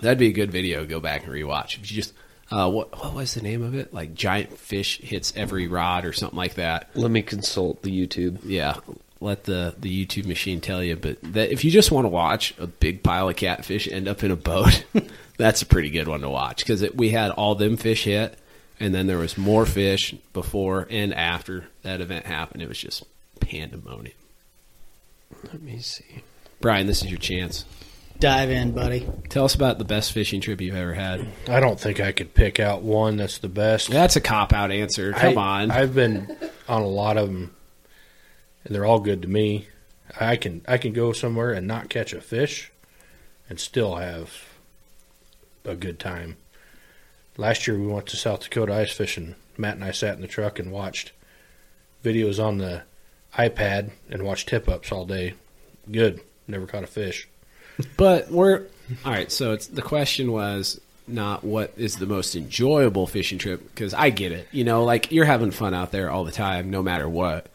[SPEAKER 1] that'd be a good video. to Go back and rewatch. If you just uh, what what was the name of it? Like giant fish hits every rod or something like that.
[SPEAKER 2] Let me consult the YouTube.
[SPEAKER 1] Yeah, let the the YouTube machine tell you. But that if you just want to watch a big pile of catfish end up in a boat, that's a pretty good one to watch because we had all them fish hit, and then there was more fish before and after that event happened. It was just pandemonium.
[SPEAKER 2] Let me see.
[SPEAKER 1] Brian, this is your chance.
[SPEAKER 3] Dive in, buddy.
[SPEAKER 1] Tell us about the best fishing trip you've ever had.
[SPEAKER 5] I don't think I could pick out one that's the best.
[SPEAKER 1] That's a cop out answer. Come
[SPEAKER 5] I,
[SPEAKER 1] on.
[SPEAKER 5] I've been on a lot of them, and they're all good to me. I can I can go somewhere and not catch a fish, and still have a good time. Last year we went to South Dakota ice fishing. Matt and I sat in the truck and watched videos on the iPad and watched tip ups all day. Good. Never caught a fish.
[SPEAKER 1] But we're all right. So it's the question was not what is the most enjoyable fishing trip because I get it. You know, like you're having fun out there all the time, no matter what.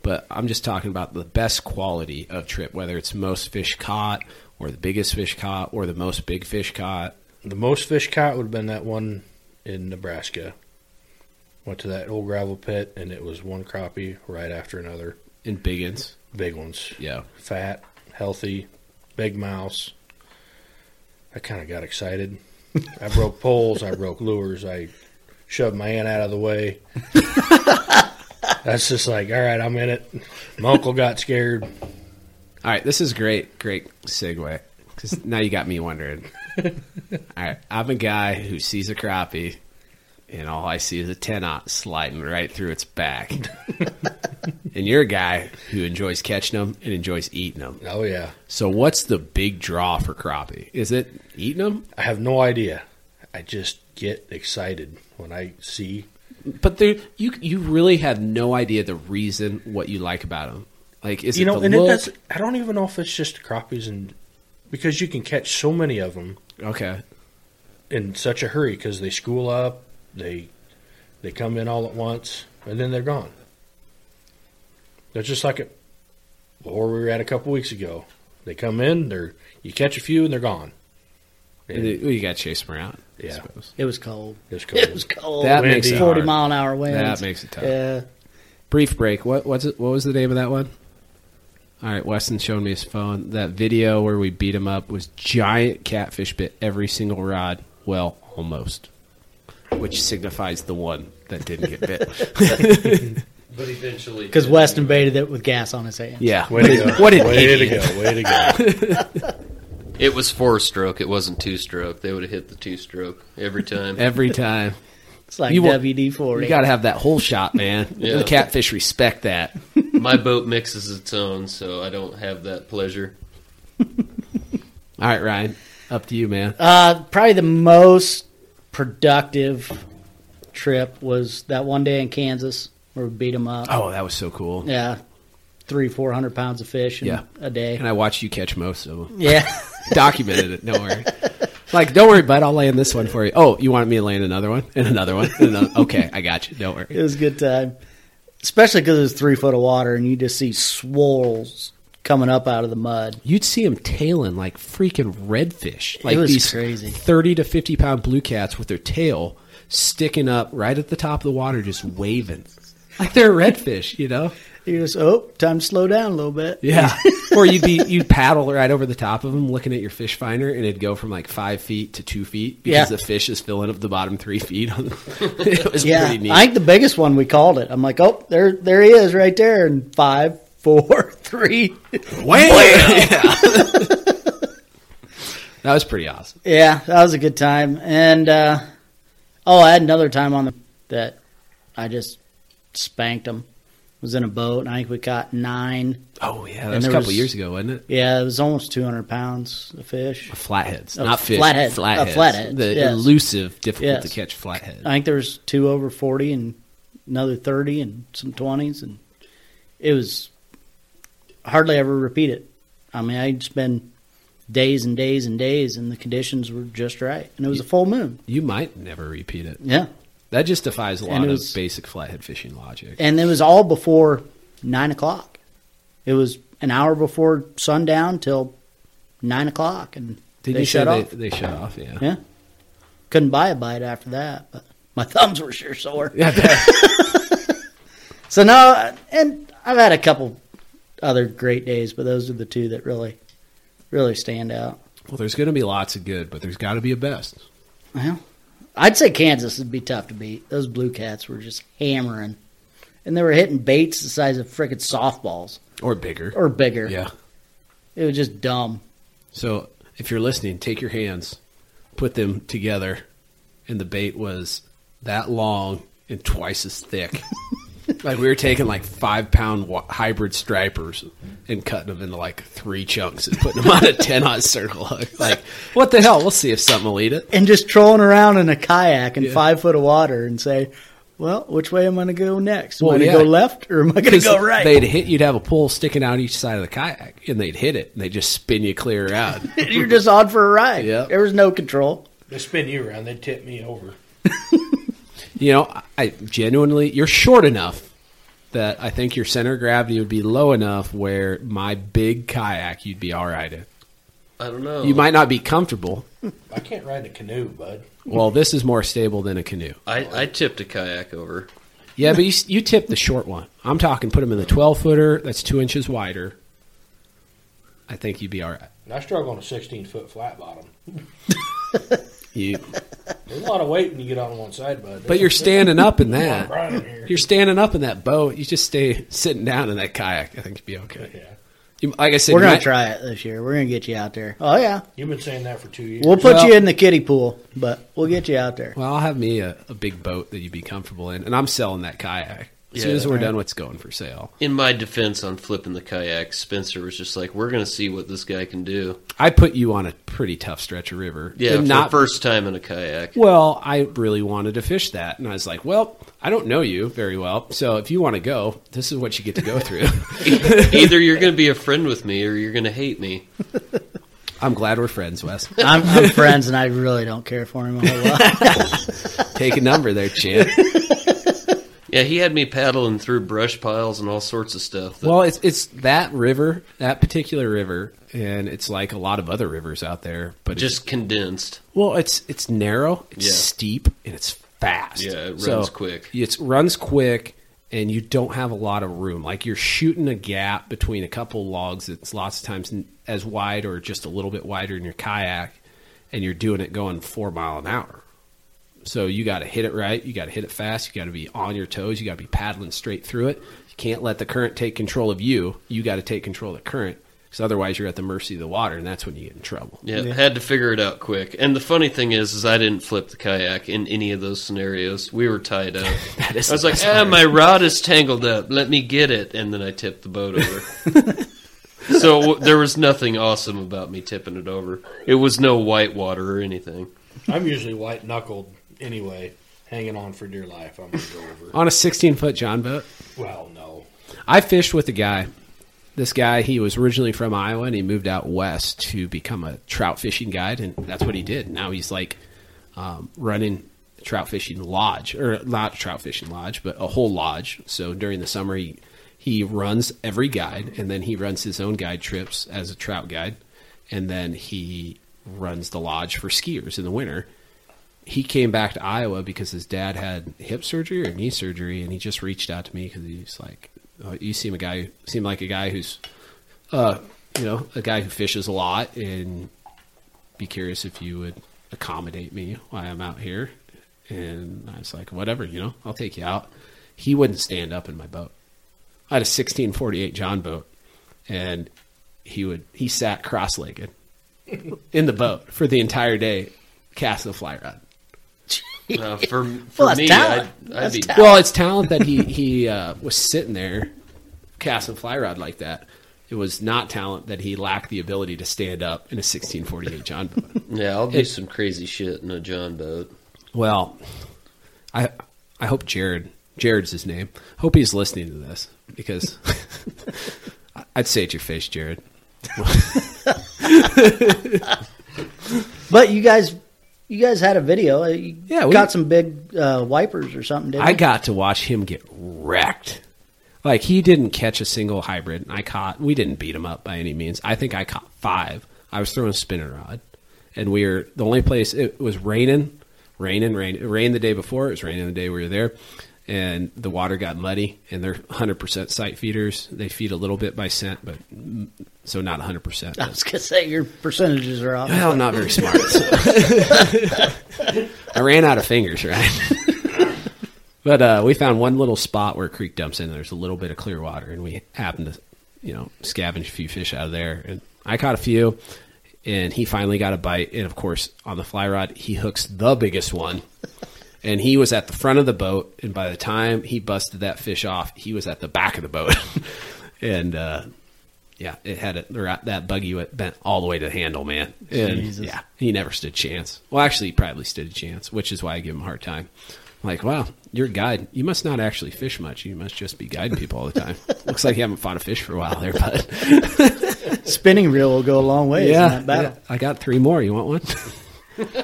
[SPEAKER 1] but I'm just talking about the best quality of trip, whether it's most fish caught or the biggest fish caught or the most big fish caught.
[SPEAKER 5] The most fish caught would have been that one in Nebraska. Went to that old gravel pit and it was one crappie right after another.
[SPEAKER 1] In biggins,
[SPEAKER 5] Big ones.
[SPEAKER 1] yeah.
[SPEAKER 5] Fat, healthy, big mouse. I kind of got excited. I broke poles, I broke lures, I shoved my aunt out of the way. That's just like, all right, I'm in it. My uncle got scared.
[SPEAKER 1] All right, this is great, great segue because now you got me wondering. all right, I'm a guy who sees a crappie, and all I see is a ten aught sliding right through its back. and you're a guy who enjoys catching them and enjoys eating them.
[SPEAKER 5] Oh, yeah.
[SPEAKER 1] So, what's the big draw for crappie? Is it eating them?
[SPEAKER 5] I have no idea. I just get excited when I see
[SPEAKER 1] But there, you you really have no idea the reason what you like about them. Like, is
[SPEAKER 5] you
[SPEAKER 1] it
[SPEAKER 5] know,
[SPEAKER 1] the
[SPEAKER 5] and
[SPEAKER 1] look?
[SPEAKER 5] it does. I don't even know if it's just crappies and because you can catch so many of them
[SPEAKER 1] okay,
[SPEAKER 5] in such a hurry because they school up, they they come in all at once, and then they're gone. They're just like it. Or we were at a couple weeks ago. They come in, they're you catch a few and they're gone.
[SPEAKER 1] And it- well, you got to chase them around. I
[SPEAKER 5] Yeah.
[SPEAKER 1] suppose.
[SPEAKER 3] It was cold.
[SPEAKER 5] It's cold.
[SPEAKER 3] It was cold.
[SPEAKER 1] That
[SPEAKER 5] Windy.
[SPEAKER 1] makes it
[SPEAKER 3] forty
[SPEAKER 1] hard.
[SPEAKER 3] mile an hour winds.
[SPEAKER 1] That makes it tough.
[SPEAKER 3] Yeah.
[SPEAKER 1] brief break. What what's it, what was the name of that one? All right, Weston's showing me his phone. That video where we beat him up was giant catfish bit every single rod. Well, almost, which signifies the one that didn't get bit.
[SPEAKER 2] But eventually,
[SPEAKER 3] Because Weston baited it with gas on his hand.
[SPEAKER 1] yeah,
[SPEAKER 5] Way to go!
[SPEAKER 1] What an
[SPEAKER 5] way
[SPEAKER 1] idiot.
[SPEAKER 5] to go! Way to go!
[SPEAKER 2] it was four stroke. It wasn't two stroke. They would have hit the two stroke every time.
[SPEAKER 1] Every time
[SPEAKER 3] It's like
[SPEAKER 1] You want-
[SPEAKER 3] WD
[SPEAKER 1] you
[SPEAKER 3] forty.
[SPEAKER 1] got to have that whole shot, man.
[SPEAKER 2] Yeah.
[SPEAKER 1] The catfish respect that.
[SPEAKER 2] My boat mixes its own, so I don't have that pleasure.
[SPEAKER 1] All right, Ryan, up to you, man.
[SPEAKER 3] Uh, probably the most productive trip was that one day in Kansas where we beat him up.
[SPEAKER 1] Oh, that was so cool.
[SPEAKER 3] Yeah, three four hundred pounds of fish in
[SPEAKER 1] Yeah.
[SPEAKER 3] a day.
[SPEAKER 1] And I watched you catch most of them.
[SPEAKER 3] yeah,
[SPEAKER 1] documented it. Don't worry. Like, don't worry, bud. I'll land this one for you. Oh, you wanted me to land another one and another one. And another. Okay, I got you. Don't
[SPEAKER 3] it
[SPEAKER 1] worry.
[SPEAKER 3] was a good time, especially because it was three foot of water and you just see swirls coming up out of the mud.
[SPEAKER 1] You'd see them tailing like freaking redfish, like
[SPEAKER 3] was
[SPEAKER 1] these
[SPEAKER 3] crazy.
[SPEAKER 1] thirty to fifty pound blue cats with their tail sticking up right at the top of the water, just waving like they're redfish. You know?
[SPEAKER 3] You just oh, time to slow down a little bit.
[SPEAKER 1] Yeah. or you'd be you'd paddle right over the top of them, looking at your fish finder, and it'd go from like five feet to two feet because
[SPEAKER 3] Yeah.
[SPEAKER 1] the fish is filling up the bottom three feet. On the, it was
[SPEAKER 3] Yeah,
[SPEAKER 1] pretty neat.
[SPEAKER 3] I think the biggest one we called it. I'm like, oh, there, there he is, right there, and five, four, three.
[SPEAKER 1] that was pretty awesome.
[SPEAKER 3] Yeah, that was a good time. And uh, oh, I had another time on the that I just spanked him. Was in a boat, and I think we caught nine.
[SPEAKER 1] Oh yeah,
[SPEAKER 3] And
[SPEAKER 1] that was a
[SPEAKER 3] there
[SPEAKER 1] couple
[SPEAKER 3] was-
[SPEAKER 1] years ago, wasn't it?
[SPEAKER 3] Yeah, it was almost 200 pounds of fish.
[SPEAKER 1] Flatheads,
[SPEAKER 3] A
[SPEAKER 1] not fish.
[SPEAKER 3] flathead- a
[SPEAKER 1] flatheads.
[SPEAKER 3] flathead,
[SPEAKER 1] The
[SPEAKER 3] Oh, yes.
[SPEAKER 1] elusive, difficult
[SPEAKER 3] Yes. Uh,
[SPEAKER 1] to catch flathead.
[SPEAKER 3] I think there was two over 40 and another 30 and some 20s, and it was hardly ever repeat it. I mean, I'd spend days and days and days, and the conditions were just right, and it was a full moon.
[SPEAKER 1] you might never repeat it.
[SPEAKER 3] Yeah,
[SPEAKER 1] That just defies a
[SPEAKER 3] And
[SPEAKER 1] lot
[SPEAKER 3] it
[SPEAKER 1] of
[SPEAKER 3] was-
[SPEAKER 1] basic flathead fishing logic.
[SPEAKER 3] and it was all before nine o'clock. It was an hour before sundown till nine o'clock, and
[SPEAKER 1] Did
[SPEAKER 3] they
[SPEAKER 1] you
[SPEAKER 3] shut
[SPEAKER 1] say
[SPEAKER 3] off.
[SPEAKER 1] They, they shut off? Yeah.
[SPEAKER 3] Yeah, couldn't buy a bite after that, but my thumbs were sure sore.
[SPEAKER 1] Yeah, that-
[SPEAKER 3] So no, and I've had a couple other great days, but those are the two that really, really stand out.
[SPEAKER 1] well, there's going to be lots of good, but there's got to be a best.
[SPEAKER 3] Well, I'd say Kansas would be tough to beat. Those blue cats were just hammering, and they were hitting baits the size of frickin' softballs
[SPEAKER 1] Or bigger.
[SPEAKER 3] or bigger.
[SPEAKER 1] yeah.
[SPEAKER 3] It was just dumb.
[SPEAKER 1] So if you're listening, take your hands, put them together, and the bait was that long and twice as thick. like we were taking like five pound wa- hybrid stripers and cutting them into like three chunks and putting them on a ten odd circle hook. Like what the hell? We'll see if something will eat it.
[SPEAKER 3] and just trolling around in a kayak in
[SPEAKER 1] Yeah.
[SPEAKER 3] five foot of water and say, well, which way am I going to go next? Am
[SPEAKER 1] Well,
[SPEAKER 3] I going
[SPEAKER 1] yeah.
[SPEAKER 3] to go left or am I going to go right?
[SPEAKER 1] They'd hit. You'd have a pole sticking out each side of the kayak, and they'd hit it, and they would just spin you clear out.
[SPEAKER 3] You're just on for a ride.
[SPEAKER 1] Yeah.
[SPEAKER 3] There was no control.
[SPEAKER 5] they spin you around. They tip me over.
[SPEAKER 1] You know, I genuinely, you're short enough that I think your center of gravity would be low enough where my big kayak you'd be all right in.
[SPEAKER 2] I don't know.
[SPEAKER 1] You
[SPEAKER 3] Oh.
[SPEAKER 1] might not be comfortable.
[SPEAKER 5] I can't ride a canoe, bud.
[SPEAKER 1] Well, this is more stable than a canoe.
[SPEAKER 2] I, I tipped a kayak over.
[SPEAKER 1] Yeah, but you, s- you tip the short one. I'm talking put him in the 12 footer that's two inches wider. I think you'd be all right.
[SPEAKER 5] And I struggle on a 16 foot flat bottom.
[SPEAKER 1] You,
[SPEAKER 5] There's a lot of weight when you get on one side, bud.
[SPEAKER 1] but you're standing up in that.
[SPEAKER 5] Brian here.
[SPEAKER 1] You're standing up in that boat. You just stay sitting down in that kayak. I think you'd be okay.
[SPEAKER 5] Yeah.
[SPEAKER 1] You, like I said,
[SPEAKER 3] We're
[SPEAKER 1] you
[SPEAKER 3] gonna
[SPEAKER 1] might-
[SPEAKER 3] try it this year. We're gonna get you out there. Oh yeah,
[SPEAKER 5] You've been saying that for two years.
[SPEAKER 3] we'll put
[SPEAKER 1] Well-
[SPEAKER 3] you in the kiddie pool, but we'll get you out there.
[SPEAKER 1] Well, I'll have me a, a big boat that you'd be comfortable in, and I'm selling that kayak. As soon
[SPEAKER 2] Yeah.
[SPEAKER 1] as we're done, what's going for sale?
[SPEAKER 2] In my defense on flipping the kayak, Spencer was just like, "We're going to see what this guy can do."
[SPEAKER 1] I put you on a pretty tough stretch of river.
[SPEAKER 2] Yeah,
[SPEAKER 1] And
[SPEAKER 2] for
[SPEAKER 1] not
[SPEAKER 2] first time in a kayak.
[SPEAKER 1] Well, I really wanted to fish that, and I was like, "Well, I don't know you very well, so if you want to go, this is what you get to go through."
[SPEAKER 2] Either you're going to be a friend with me, or you're going to hate me.
[SPEAKER 1] I'm glad we're friends, Wes.
[SPEAKER 3] I'm, I'm friends, and I really don't care for him a whole lot.
[SPEAKER 1] Take a number there, champ.
[SPEAKER 2] Yeah, he had me paddling through brush piles and all sorts of stuff. that-
[SPEAKER 1] Well, it's it's that river, that particular river, and it's like a lot of other rivers out there, but it's-
[SPEAKER 2] just condensed.
[SPEAKER 1] Well, it's it's narrow, it's
[SPEAKER 2] Yeah.
[SPEAKER 1] steep, and it's fast.
[SPEAKER 2] Yeah, it runs quick.
[SPEAKER 1] It runs quick, and you don't have a lot of room. Like you're shooting a gap between a couple logs that's lots of times n- as wide or just a little bit wider in your kayak, and you're doing it going four mile an hour. So you got to hit it right. You got to hit it fast. You got to be on your toes. You got to be paddling straight through it. You can't let the current take control of you. You got to take control of the current because otherwise you're at the mercy of the water, and that's when you get in trouble.
[SPEAKER 2] Yeah, had to figure it out quick. And the funny thing is, is I didn't flip the kayak in any of those scenarios. We were tied up.
[SPEAKER 1] That is
[SPEAKER 2] I was
[SPEAKER 1] the
[SPEAKER 2] like,
[SPEAKER 1] best
[SPEAKER 2] ah,
[SPEAKER 1] part.
[SPEAKER 2] my rod is tangled up. Let me get it. And then I tipped the boat over. so w- there was nothing awesome about me tipping it over. It was no white water or anything.
[SPEAKER 5] I'm usually white knuckled anyway, hanging on for dear life. I'm going to go over.
[SPEAKER 1] on a 16 foot John boat.
[SPEAKER 5] well, no.
[SPEAKER 1] I fished with a guy. This guy, he was originally from Iowa and he moved out west to become a trout fishing guide, and that's what he did. Now he's like um, running a trout fishing lodge, or not a trout fishing lodge, but a whole lodge. So during the summer, he, he runs every guide, and then he runs his own guide trips as a trout guide, and then he runs the lodge for skiers in the winter he came back to Iowa because his dad had hip surgery or knee surgery, and he just reached out to me because he's like, oh, "You seem a guy, seem like a guy who's, uh, you know, a guy who fishes a lot, and be curious if you would accommodate me while I'm out here." And I was like, "Whatever, you know, I'll take you out." He wouldn't stand up in my boat. I had a 1648 John boat, and he would he sat cross-legged in the boat for the entire day, casting a fly rod.
[SPEAKER 2] Uh, for for
[SPEAKER 3] that's
[SPEAKER 2] me,
[SPEAKER 3] talent.
[SPEAKER 2] I'd, I'd be
[SPEAKER 1] Well, it's talent that he he uh, was sitting there casting fly rod like that. It was not talent that he lacked the ability to stand up in a 1648 John boat.
[SPEAKER 2] yeah, I'll do
[SPEAKER 1] It-
[SPEAKER 2] some crazy shit in a John boat.
[SPEAKER 1] well, I I hope Jared Jared's his name. Hope he's listening to this because I'd say it your face, Jared.
[SPEAKER 3] But you guys, you guys had a video. Uh, You
[SPEAKER 1] Yeah, we-
[SPEAKER 3] got some big uh, wipers or something. Didn't
[SPEAKER 1] I
[SPEAKER 3] you?
[SPEAKER 1] got to watch him get wrecked. Like he didn't catch a single hybrid, and I caught. We didn't beat him up by any means. I think I caught five. I was throwing a spinner rod, and we were the only place. It was raining, raining, rain. It rained the day before. It was raining the day we were there, and the water got muddy. And they're hundred percent sight feeders. They feed a little bit by scent, but mm, so not hundred percent.
[SPEAKER 3] I was gonna say your percentages are off.
[SPEAKER 1] Well, not very smart. so. I ran out of fingers, right? but uh, we found one little spot where a creek dumps in. There's a little bit of clear water, and we happened to, you know, scavenge a few fish out of there. And I caught a few, and he finally got a bite. And of course, on the fly rod, he hooks the biggest one. And he was at the front of the boat, and by the time he busted that fish off, he was at the back of the boat. and uh, yeah, it had it right- that buggy went bent all the way to the handle, man. And yeah, he never stood a chance. Well, actually, he probably stood a chance, which is why I give him a hard time. I'm like, wow, you're a guide. You must not actually fish much. You must just be guiding people all the time. Looks like you haven't fought a fish for a while there, bud.
[SPEAKER 3] Spinning reel will go a long way in that battle.
[SPEAKER 1] yeah. I got three more. You want one?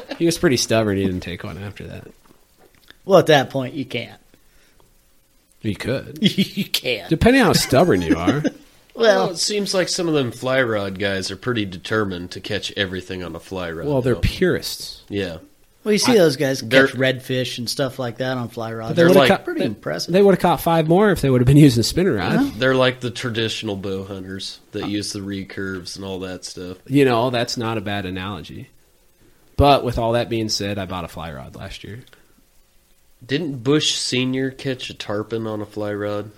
[SPEAKER 1] he was pretty stubborn. He didn't take one after that.
[SPEAKER 3] Well, at that point, you can't.
[SPEAKER 1] You could.
[SPEAKER 3] you can't.
[SPEAKER 1] Depending on how stubborn you are.
[SPEAKER 2] Well,
[SPEAKER 3] Well,
[SPEAKER 2] it seems like some of them fly rod guys are pretty determined to catch everything on a fly rod.
[SPEAKER 1] well, they're
[SPEAKER 2] though.
[SPEAKER 1] purists.
[SPEAKER 2] yeah.
[SPEAKER 3] well, you see those guys
[SPEAKER 2] They're-
[SPEAKER 3] catch redfish and stuff like that on fly rods.
[SPEAKER 1] They're
[SPEAKER 3] It's
[SPEAKER 1] like-
[SPEAKER 3] pretty
[SPEAKER 1] they-
[SPEAKER 3] impressive.
[SPEAKER 1] They would have caught five more if they would have been using spinner rod.
[SPEAKER 2] They're like the traditional bow hunters that use the recurves and all that stuff.
[SPEAKER 1] You know, that's not a bad analogy. But with all that being said, I bought a fly rod last year.
[SPEAKER 2] Didn't Bush Senior catch a tarpon on a fly rod?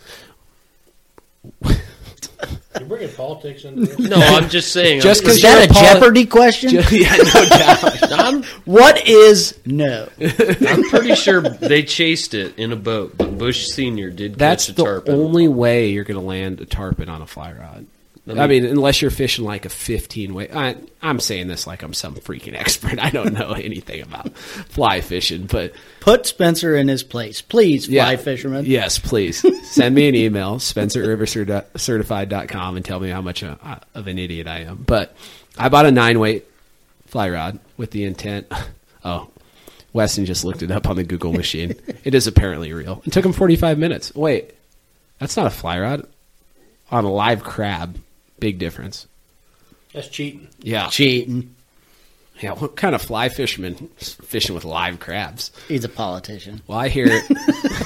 [SPEAKER 5] You're bringing politics into this.
[SPEAKER 2] No, I'm just saying.
[SPEAKER 1] Just
[SPEAKER 2] I'm-
[SPEAKER 1] 'cause
[SPEAKER 3] Is
[SPEAKER 1] you're
[SPEAKER 3] that a
[SPEAKER 1] a poli-
[SPEAKER 3] Jeopardy question?
[SPEAKER 1] yeah, no doubt.
[SPEAKER 2] I'm,
[SPEAKER 3] what is no?
[SPEAKER 2] I'm pretty sure they chased it in a boat, but Bush Senior did
[SPEAKER 1] That's
[SPEAKER 2] catch a
[SPEAKER 1] the
[SPEAKER 2] tarpon.
[SPEAKER 1] only way you're going to land a tarpon on a fly rod. I mean, unless you're fishing like a 15 weight. I, I'm saying this like I'm some freaking expert. I don't know anything about fly fishing, but
[SPEAKER 3] Put Spencer in his place, please, fly
[SPEAKER 1] Yeah.
[SPEAKER 3] fisherman.
[SPEAKER 1] Yes, please send me an email, spencerrivercertified.com, and tell me how much uh of an idiot I am. But I bought a nine weight fly rod with the intent. Oh, Weston just looked it up on the Google machine. it is apparently real. It took him 45 minutes. Wait, that's not a fly rod on a live crab. Big difference.
[SPEAKER 5] That's cheating.
[SPEAKER 1] Yeah.
[SPEAKER 3] Cheating.
[SPEAKER 1] Yeah. What kind of fly fisherman is fishing with live crabs?
[SPEAKER 3] He's a politician.
[SPEAKER 1] Well, I hear it.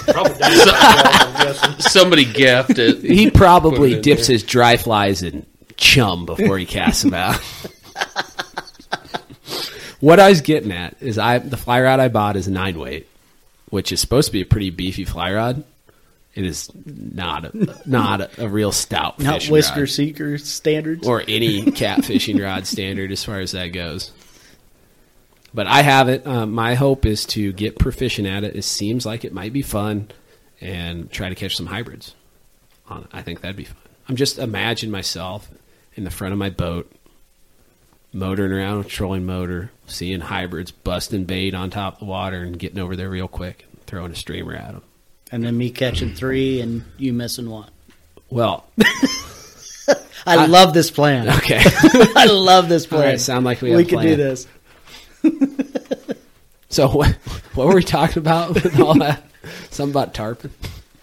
[SPEAKER 5] Probably down the I'm guessing.
[SPEAKER 2] Somebody gaffed it.
[SPEAKER 1] He
[SPEAKER 2] Put it
[SPEAKER 1] probably
[SPEAKER 2] in
[SPEAKER 1] dips his dry flies in chum before he casts them out. what I was getting at is I the fly rod I bought is a nine weight, which is supposed to be a pretty beefy fly rod. It is not a, not a, a real stout
[SPEAKER 3] Not
[SPEAKER 1] fishing
[SPEAKER 3] whisker
[SPEAKER 1] rod
[SPEAKER 3] seeker standards.
[SPEAKER 1] or any catfishing rod standard as far as that goes. But I have it. Um, my hope is to get proficient at it. It seems like it might be fun, and try to catch some hybrids. On it. I think that'd be fun. I'm just imagine myself in the front of my boat, motoring around, trolling motor, seeing hybrids busting bait on top of the water and getting over there real quick, and throwing a streamer at them.
[SPEAKER 3] and then me catching three and you missing one.
[SPEAKER 1] Well,
[SPEAKER 3] I, love this plan.
[SPEAKER 1] okay.
[SPEAKER 3] I love this plan.
[SPEAKER 1] All right, sound like we have
[SPEAKER 3] we
[SPEAKER 1] a
[SPEAKER 3] could do
[SPEAKER 1] plan.
[SPEAKER 3] this.
[SPEAKER 1] So what, what were we talking about with all that? Something about tarpon,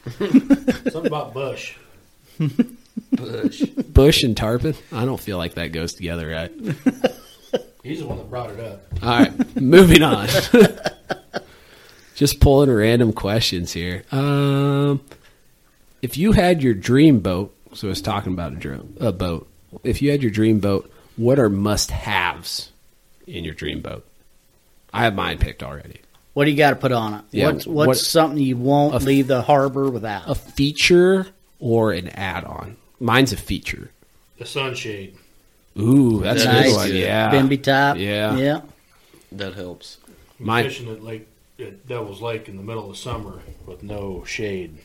[SPEAKER 5] Something about Bush.
[SPEAKER 1] bush and tarpon. I don't feel like that goes together, right?
[SPEAKER 5] He's the one that brought it up.
[SPEAKER 1] All right, moving on. Just pulling random questions here. Um, if you had your dream boat, so I was talking about a drone, a boat. If you had your dream boat, what are must-haves in your dream boat? I have mine picked already.
[SPEAKER 3] What do you got to put on it?
[SPEAKER 1] Yeah,
[SPEAKER 3] what's what's
[SPEAKER 1] what-
[SPEAKER 3] something you won't
[SPEAKER 1] a-
[SPEAKER 3] leave the harbor without?
[SPEAKER 1] A feature or an add-on? Mine's a feature.
[SPEAKER 5] The sunshade.
[SPEAKER 1] Ooh, that's a
[SPEAKER 2] Nice.
[SPEAKER 1] good one. Yeah,
[SPEAKER 3] Bimby top.
[SPEAKER 1] Yeah.
[SPEAKER 3] Yeah.
[SPEAKER 2] That helps.
[SPEAKER 1] My-
[SPEAKER 5] fishing at Lake at Devil's Lake in the middle of summer with no shade.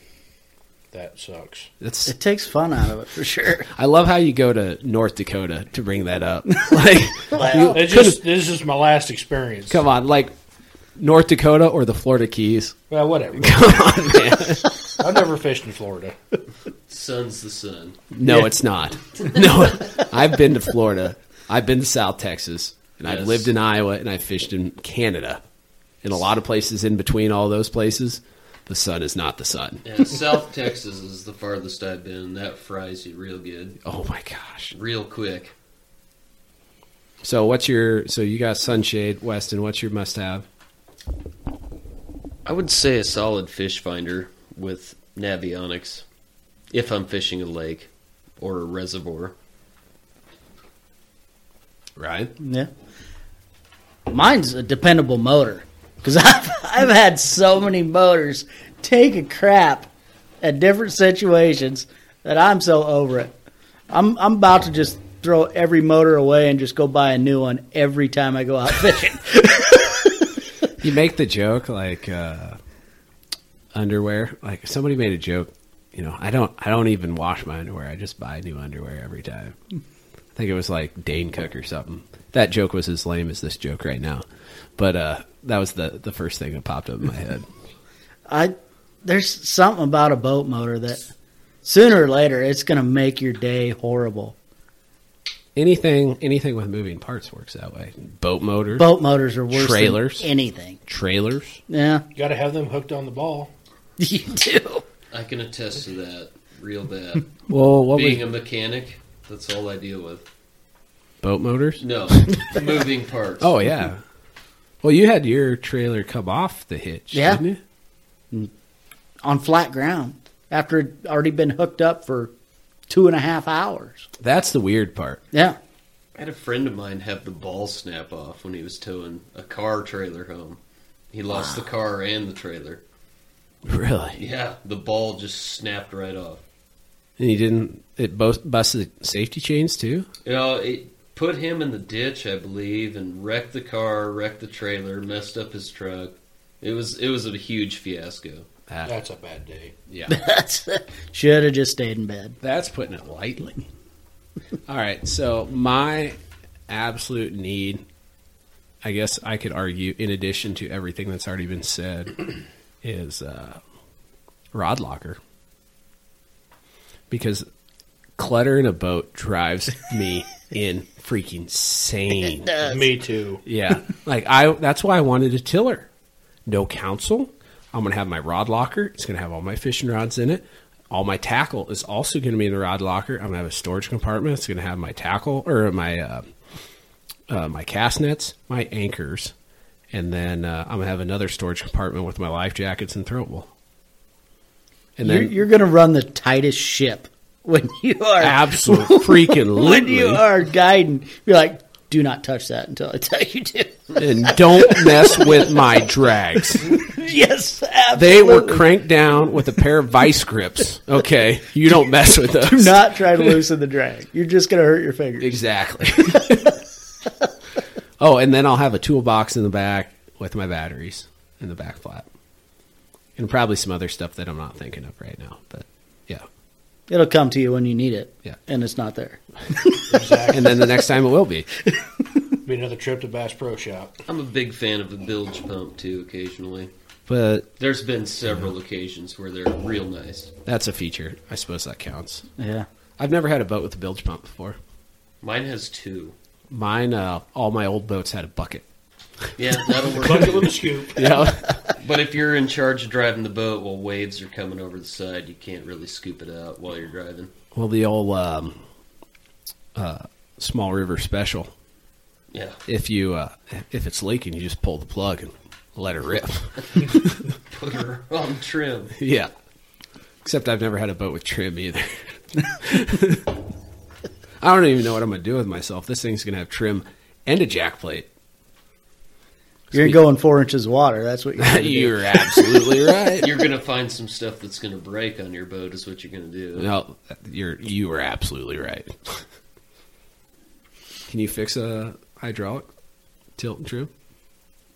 [SPEAKER 5] That sucks.
[SPEAKER 1] That's
[SPEAKER 3] It takes fun out of it for sure.
[SPEAKER 1] I love how you go to North Dakota to bring that up. Like, you
[SPEAKER 5] It's
[SPEAKER 1] could've-
[SPEAKER 5] just this is my last experience.
[SPEAKER 1] come on, like North Dakota or the Florida Keys.
[SPEAKER 5] Well, whatever. I've never fished in Florida.
[SPEAKER 2] Sun's the sun.
[SPEAKER 1] No, it's not. No, I've been to Florida. I've been to South Texas, and I've
[SPEAKER 2] Yes.
[SPEAKER 1] lived in Iowa, and I fished in Canada, and a lot of places in between all those places. The sun is not the sun.
[SPEAKER 2] Yeah, South Texas is the farthest I've been. That fries you real good,
[SPEAKER 1] Oh my gosh!
[SPEAKER 2] real quick.
[SPEAKER 1] So what's your? So you got sunshade, Weston. What's your must-have?
[SPEAKER 2] I would say a solid fish finder with Navionics if I'm fishing a lake or a reservoir.
[SPEAKER 1] Ryan.
[SPEAKER 3] Yeah. Mine's a dependable motor because I've, I've had so many motors take a crap at different situations that I'm so over it. I'm, I'm about to just throw every motor away and just go buy a new one every time I go out fishing.
[SPEAKER 1] you make the joke like uh, underwear. Like somebody made a joke. You know, I don't. I don't even wash my underwear. I just buy new underwear every time. I think it was like Dane Cook or something. That joke was as lame as this joke right now, but uh, that was the the first thing that popped up in my head.
[SPEAKER 3] I there's something about a boat motor that sooner or later it's going to make your day horrible.
[SPEAKER 1] Anything, anything with moving parts works that way. Boat motors,
[SPEAKER 3] Boat motors are worse
[SPEAKER 1] Trailers.
[SPEAKER 3] than anything.
[SPEAKER 1] trailers.
[SPEAKER 3] Yeah,
[SPEAKER 5] You got to have them hooked on the ball.
[SPEAKER 3] you do.
[SPEAKER 2] I can attest to that real bad.
[SPEAKER 1] Well, what
[SPEAKER 2] Being
[SPEAKER 1] was
[SPEAKER 2] a mechanic, that's all I deal with.
[SPEAKER 1] boat motors?
[SPEAKER 2] No, moving parts.
[SPEAKER 1] Oh yeah. Well, you had your trailer come off the hitch,
[SPEAKER 3] Yeah.
[SPEAKER 1] didn't you?
[SPEAKER 3] on flat ground after it'd already been hooked up for two and a half hours.
[SPEAKER 1] That's the weird part.
[SPEAKER 3] Yeah.
[SPEAKER 2] I had a friend of mine have the ball snap off when he was towing a car trailer home. He lost the car and the trailer.
[SPEAKER 1] Really?
[SPEAKER 2] Yeah, the ball just snapped right off.
[SPEAKER 1] And you didn't. It bo- busted safety chains too.
[SPEAKER 2] You know, it put him in the ditch, I believe, and wrecked the car, wrecked the trailer, messed up his truck. It was it was a huge fiasco.
[SPEAKER 1] Ah,
[SPEAKER 5] That's a bad day.
[SPEAKER 2] Yeah.
[SPEAKER 3] That's should have just stayed in bed.
[SPEAKER 1] That's putting it lightly. All right, so my absolute need, I guess I could argue, in addition to everything that's already been said, is uh, rod locker. Because clutter in a boat drives me in freaking sane.
[SPEAKER 5] Me too.
[SPEAKER 1] Yeah, like I. That's why I wanted a tiller. No counsel. I'm gonna have my rod locker. It's gonna have all my fishing rods in it. All my tackle is also gonna be in the rod locker. I'm gonna have a storage compartment. It's gonna have my tackle or my uh, uh, my cast nets, my anchors, and then uh, I'm gonna have another storage compartment with my life jackets and throwable. And
[SPEAKER 3] You're,
[SPEAKER 1] then
[SPEAKER 3] you're going to run the tightest ship when you are
[SPEAKER 1] absolute freaking
[SPEAKER 3] when you
[SPEAKER 1] lootly.
[SPEAKER 3] are guiding. You're like, do not touch that until I tell you to.
[SPEAKER 1] and don't mess with my drags.
[SPEAKER 3] yes,
[SPEAKER 1] They were
[SPEAKER 3] absolutely.
[SPEAKER 1] cranked down with a pair of vice grips. Okay, you don't mess with those.
[SPEAKER 3] Do not try to loosen the drag. You're just going to hurt your fingers.
[SPEAKER 1] exactly. oh, and then I'll have a toolbox in the back with my batteries in the back flap, and probably some other stuff that I'm not thinking of right now. But yeah,
[SPEAKER 3] It'll come to you when you need it.
[SPEAKER 1] Yeah.
[SPEAKER 3] and it's not there.
[SPEAKER 5] Exactly.
[SPEAKER 1] and then the next time it will be.
[SPEAKER 5] Be another trip to Bass Pro Shop.
[SPEAKER 2] I'm a big fan of a bilge pump too occasionally.
[SPEAKER 1] But
[SPEAKER 2] There's been several occasions where they're real nice.
[SPEAKER 1] that's a feature. I suppose that counts.
[SPEAKER 3] Yeah,
[SPEAKER 1] I've never had a boat with a bilge pump before.
[SPEAKER 2] Mine has two.
[SPEAKER 1] Mine, uh, all my old boats had a bucket.
[SPEAKER 2] Yeah, that'll work.
[SPEAKER 5] Bucket with a scoop.
[SPEAKER 1] Yeah.
[SPEAKER 2] But if you're in charge of driving the boat while waves are coming over the side, you can't really scoop it out while you're driving.
[SPEAKER 1] Well, the old um, uh, small river special.
[SPEAKER 2] Yeah.
[SPEAKER 1] If you uh, if it's leaking, you just pull the plug and let it rip.
[SPEAKER 2] Put her on trim.
[SPEAKER 1] yeah. Except I've never had a boat with trim either. I don't even know what I'm gonna do with myself. This thing's gonna have trim and a jack plate.
[SPEAKER 3] you're
[SPEAKER 1] Sweet.
[SPEAKER 3] going four inches of water. That's what you're. Gonna do.
[SPEAKER 1] You're absolutely right.
[SPEAKER 2] You're gonna find some stuff that's gonna break on your boat is what you're gonna do.
[SPEAKER 1] No, you're you are absolutely right. Can you fix a hydraulic tilt and trim?